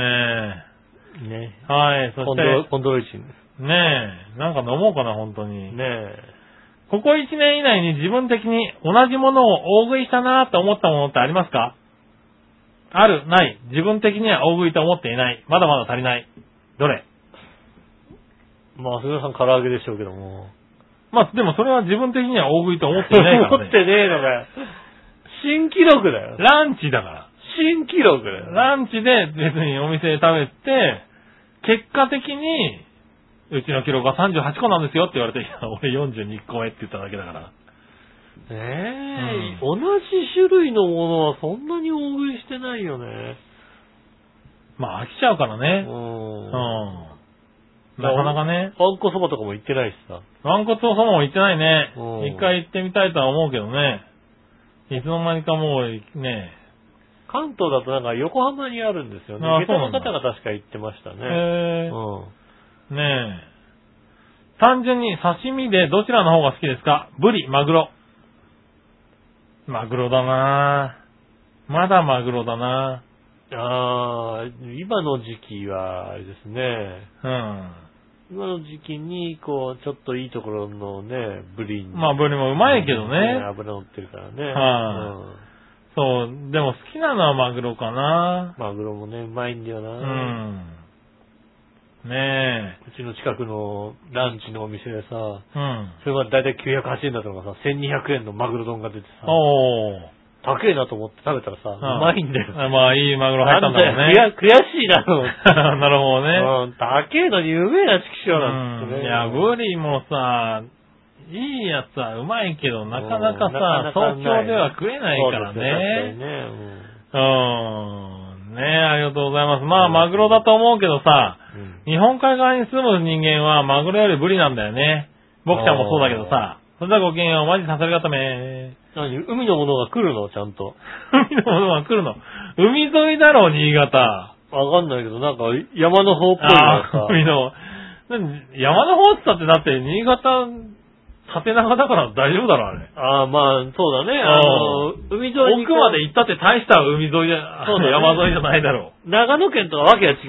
ね。はい、そコしンてド、ロコンドロイチン。ねえ、なんか飲もうかな、本当ねに。え。ここ1年以内に自分的に同じものを大食いしたなーと思ったものってありますかある、ない。自分的には大食いと思っていない。まだまだ足りない。どれまあ、杉村さん唐揚げでしょうけども。まあ、でもそれは自分的には大食いと思っていないか持ら っね。てねえのかよ。新記録だよ。ランチだか新記録だら。よ。ランチで別にお店で食べて、結果的に、うちの記録が38個なんですよって言われて、いや、俺42個目って言っただけだから。ねえ、うん同じ種類のものはそんなに大食いしてないよね。まあ、飽きちゃうからう。ね。うんん。なかなかね。あんこそばとかも行ってないしさ。ワンコとホモ行ってないねうん。一回行ってみたいとは思うけどね。いつの間にかもうね、関東だとなんか横浜にあるんですよね下あ。駄そうなのんだ方が確か行ってましたね。うえん。ー、ねえ。単純に刺身でどちらの方が好きですかブリ、マグロ。マグロだなぁまだマグロだあなあ、今の時期は、あれですね。ぁうん。今の時期に、こう、ちょっといいところのね、ブリに。まあ、ブリもうまいけどね。油乗ってるからね。はうんそう、でも好きなのはマグロかなマグロもね、うまいんだよな。ぁうん。ねうちの近くのランチのお店でさ、え。うん。それはだいたい980円だったのがさ、1200円のマグロ丼が出てさ、おー。高えなと思って食べたらさ、うまいんだよ。あまあ、いいマグロ入ったんだろうなんね。だよ悔悔しいなと思って。 なるほど ね。うん、高えのに有名なチキショーなんですうんね。いや、ブリもさ、いいやつはうまいけど、なかなかうさ、んなかなかない東京では食えないからそうですね。ねうん。ねありがとうございます。まあ、うんマグロだと思うけど確かにさ、ね。日本海側に住む人間はマグロよりブリなんだよね。僕ちゃんもそうだけどさ、それではごきげんよう、マジさせるがため。うん。何海のものが来るのちゃんと。海のものが来るの。海沿いだろう、新潟。わかんないけど、なんか山の方っぽいあかあ、海らさ。の。何山の方って言ったって、だって、新潟、縦長だから大丈夫だろ、あれ。ああ、まあ、そうだね。あの、海沿いにこ奥うまで行ったって大した海沿いじゃ、そうだね山沿いじゃないだろう。長野県とはわけが違う。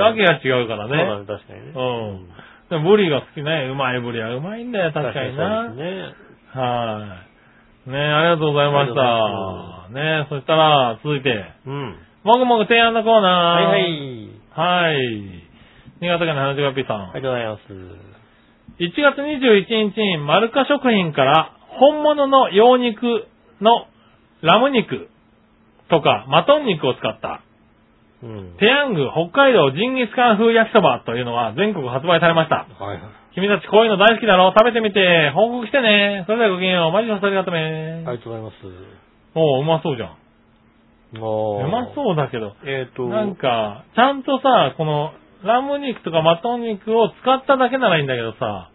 わけがが違うからそうだね。ね、確かにね。うん。でもブリが好きね。うまいブリはうまいんだよ、確かにそうな。ですね。はい。ねありがとうございましあた。ねそしたら、続いて、うん。もぐもぐ提案のコーはいナー。はい。あい。はい。新潟県の花島 P さん。りがとうございます。 1月21日にマルカ食品から本物の羊肉のラム肉とかマトン肉を使ったうん。ペヤング北海道ジンギスカン風焼きそばというのが全国発売されました。はいはい。君たちこういうの大好きだろ食べてみて報告してねそれではごきげんよう。マジのさりがとめ。ありがとうございます。おう、うまそうじゃん。ああうまそうだけど。えっと、なんか、ちゃんとさ、このラム肉とかマトン肉を使っただけならいいんだけどさ、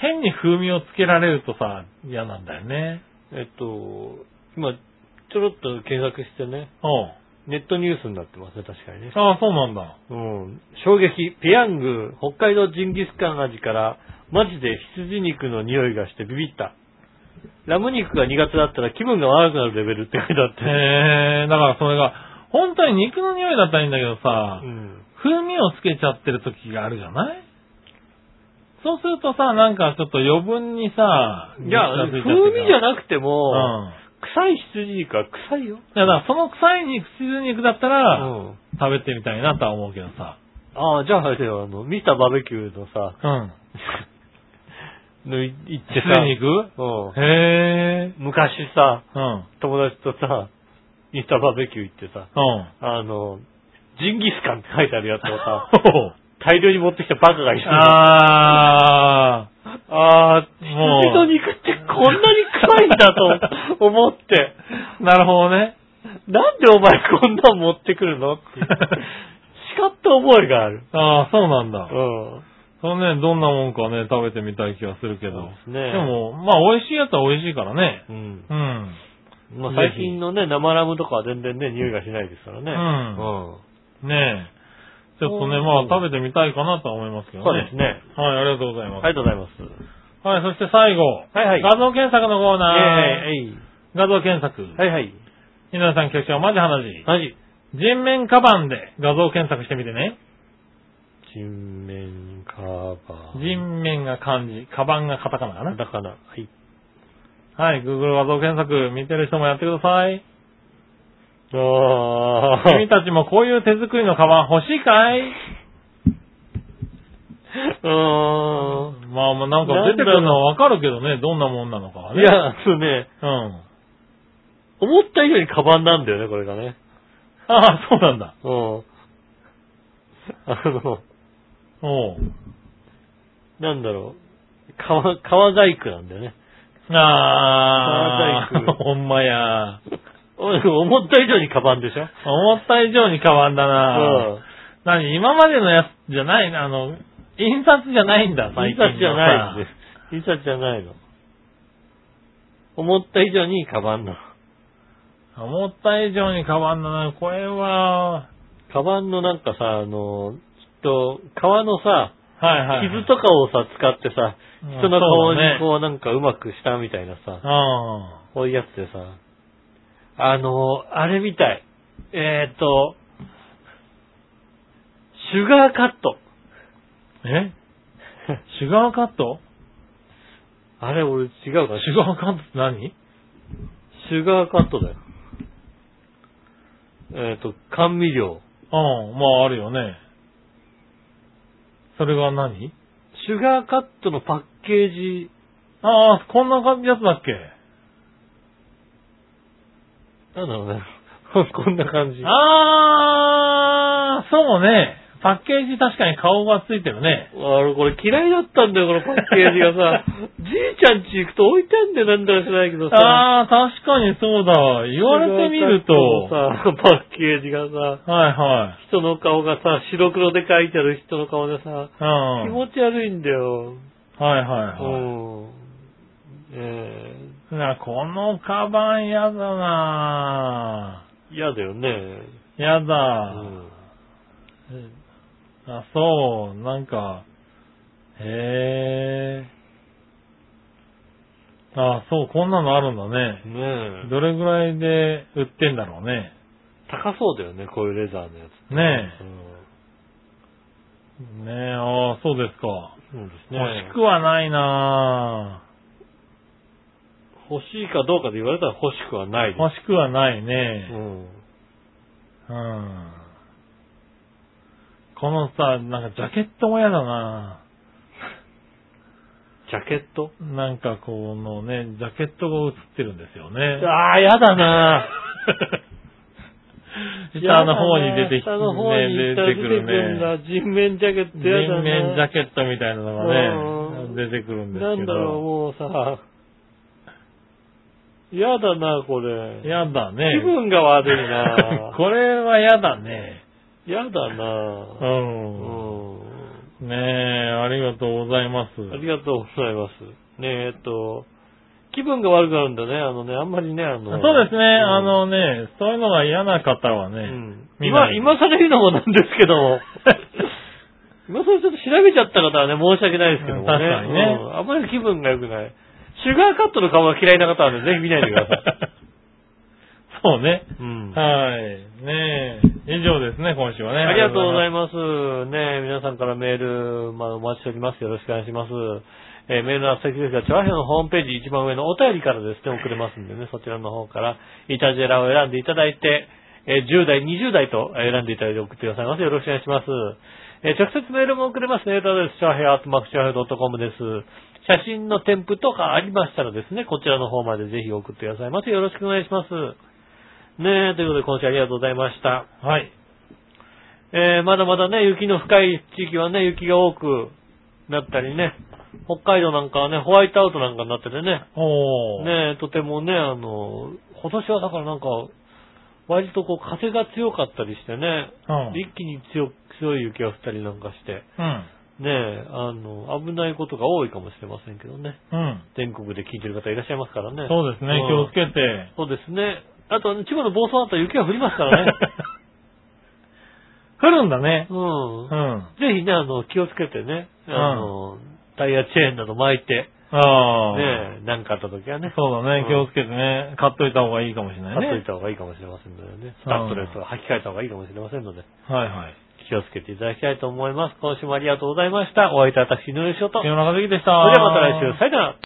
変に風味をつけられるとさ、嫌なんだよね。えっと、今、ちょろっと検索してね、おうネットニュースになってますね、確かにね。ああ、そうなんだ。うん。衝撃、ペヤング、北海道ジンギスカン味から、マジで羊肉の匂いがしてビビった。ラム肉が苦手だったら気分が悪くなるレベルって書いてあって。へえ、だからそれが、本当に肉の匂いだったらいいんだけどさう、ん。風味をつけちゃってる時があるじゃないそうするとさ、なんかちょっと余分にさ、いや、風肉がつちゃってる味じゃからなくても、うん。臭い羊肉は臭いよ。いや、だからその臭い肉、羊肉だったうら、ん。食べてみたいなとは思うけどさ。ああ、じゃあ、あれだよ、あの、ミスターバーベキューのさ、うん。の、い行って羊肉さ、うへえ。ん。昔さ、うん。友達とさ、ミスターバーベキュー行ってさ、うん。あの、ジンギスカンって書いてあるやつをさ、大量に持ってきたバカがいる。あー。あー、羊もの肉ってこんなに臭いんだと思 って。う。なるほど ね。なんでお前こんなん持ってくるのって。叱った覚えがある。あー、そうなんうだ。ん。それね、どんなもんかね、食べてみたい気がするけそうどで。すね。でも、まあ、美味しいやつは美味しいからね。うん。うん。まあぜ最ひ近のね、生ラムとかは全然ね、匂いがしないですからね。うんうん。ねえ。ちょっとね、うんまあ、食べてみたいかなとは思いますけどね。そうですね。はい、ありがとうございあます。りがとうございます。はい、そして最後。はいはい画像検索のコーナー。イェーイ画像検索。はいはい。皆さん局長、マジ話。はい。人面カバンで画像検索してみてね。人面カバー。人面が漢字、カバンがカタカナかな。だから、はい。はい、Google 画像検索見てる人もやってください。あ 君たちもこういう手作りのカバン欲しいかいー。うまあまあなんか出てくるのはわかるけどね、どんなもんなのかーはん。ね。いや、そうね、うん。思った以上にカバンなんだよね、これがね。ああ、そうなんだ。うん。あの、おう。なんだろう。川、川細工なんだよね。あパラダイあ、ス ほんまや。お思った以上にカバンでしょ思った以上に変わんだな。何今までのやつじゃないな、あの、印刷じゃないんだ、うん。最印近の刷じゃないんでさ。印刷じゃないの。思った以上にカバンの。思った以上に変わんだな。これは、カバンのなんかさ、あの、きっと、革のさ、はいはい。傷とかをさ、使ってさ、うん人の顔にそうこうなんかうまくしたみたいなさ、だねこういうやつでさ、あの、あれみたい。えーっと、シュガーカット。うん。 えシュガーカットあれ、俺違うかなシュガーカットって何シュガーカットだよ。えっ、と、甘味料。うん、まああるよね。それが何シュガーカットのパッケージ、ああ、こんな感じやつだっけなんだろうね。 こんな感じ。ああ、そうね。パッケージ確かに顔がついてるね。俺これ嫌いだったんだよ、このパッケージが さ。じいちゃん家行くと置いてあんだよ、なんだか知らないけどさ。ああ、確かにそうだわ。言われてみると。シュガーカットのさ、パッケージがさ、はいは人の顔がさ、白黒で描いてある人の顔でさ、気い。うん。はい持ち悪いんだよ。はいうはん。えい。なこのカバンやだなー、嫌だよね。やだ、うんあ、そう、なんか、へえ。あ、そう、こんなのあるんだね。ねえ。どれぐらいで売ってんだろうね。高そうだよね、こういうレザーのやつ。ねうんえ。ねえ、ああ、そうですか。そうですね欲しく。はないな欲しいかどうかで言われたら欲しくはないです。欲しくはないうね。ん。うん。このさ、なんかジャケットも嫌だなジャケットなんかこのね、ジャケットが映ってるんですよね。ああ、やだ な下の方に出てきて、下の方にね、行ったら出て出てくるくるんね。だ。人面ジャケット人やだな。面ジャケケットみたいなのがうんね、出てくるんですけなど。んだろう、もうさ。やだな、これ。やだね。気分が悪いな。 これはやだね。やだなう。ん。うねえ、ありがとうございます。ん。ありがとうございます。ねえ、えっと、気分が悪くなるんだね、あのね、あんまりね、あの。そうですね、んあのね、そういうのが嫌な方はね、うん見な今、い今更言うのもなんですけど も。今更ちょっと調べちゃった方はね、申し訳ないですけどもね。確かにねうんあんまり気分が良くない。シュガーカットの顔が嫌いな方はね、ぜひ見ないでください。 そうね。 うん。はい。ねえ、以上ですね、今週はね。ありがとうござまいます。ねえ皆さんからメール、まあ、お待ちしております。よろしくお願いします。えーメールの宛先ですが、チョアヘオのホームページ一番上のお便りからですね、送れますんでね、そちらの方から、イタジェラを選んでいただいて、えー10代、20代とえー選んでいただいて送ってくださいませ。よろしくお願いします。えー直接メールも送れます。メールアドレス、チョアヘオアットマークチョアヘオ .com です。写真の添付とかありましたらですね、こちらの方までぜひ送ってくださいませ。よろしくお願いします。ねえ、ということで今週ありがとうございました。す。はい。えー、まだまだね、雪の深い地域はね、雪が多くなったりね、北海道なんかはね、ホワイトアウトなんかになっててね、おー。ね、とてもね、あの、今年はだからなんか、割とこう風が強かったりしてね、うん。一気に強く強い雪が降ったりなんかして、うん。ね、あの、危ないことが多いかもしれませんけどね。うん。全国で聞いてる方いらっしゃいますからね。そうですね、ん気をつけて。そうですね。あと、千葉の房総だったら雪が降りますから ね。降るんだね。うんう。ん。ぜひね、あの、気をつけてね、あの、タイヤチェーンなど巻いて、ああ。ね、なんかあった時はね、そうだうねん、気をつけてね、買っといた方がいいかもしれない買っといね。た方がいいかもしれませんのでね、スタッドレスを履き替えた方がいいかもしれませんので、はいはい。気をつけていただきたいと思います。今週もありがとうございました。お相手は私、井上翔と。それ世の中好きでした。ではまた来週、さよなら。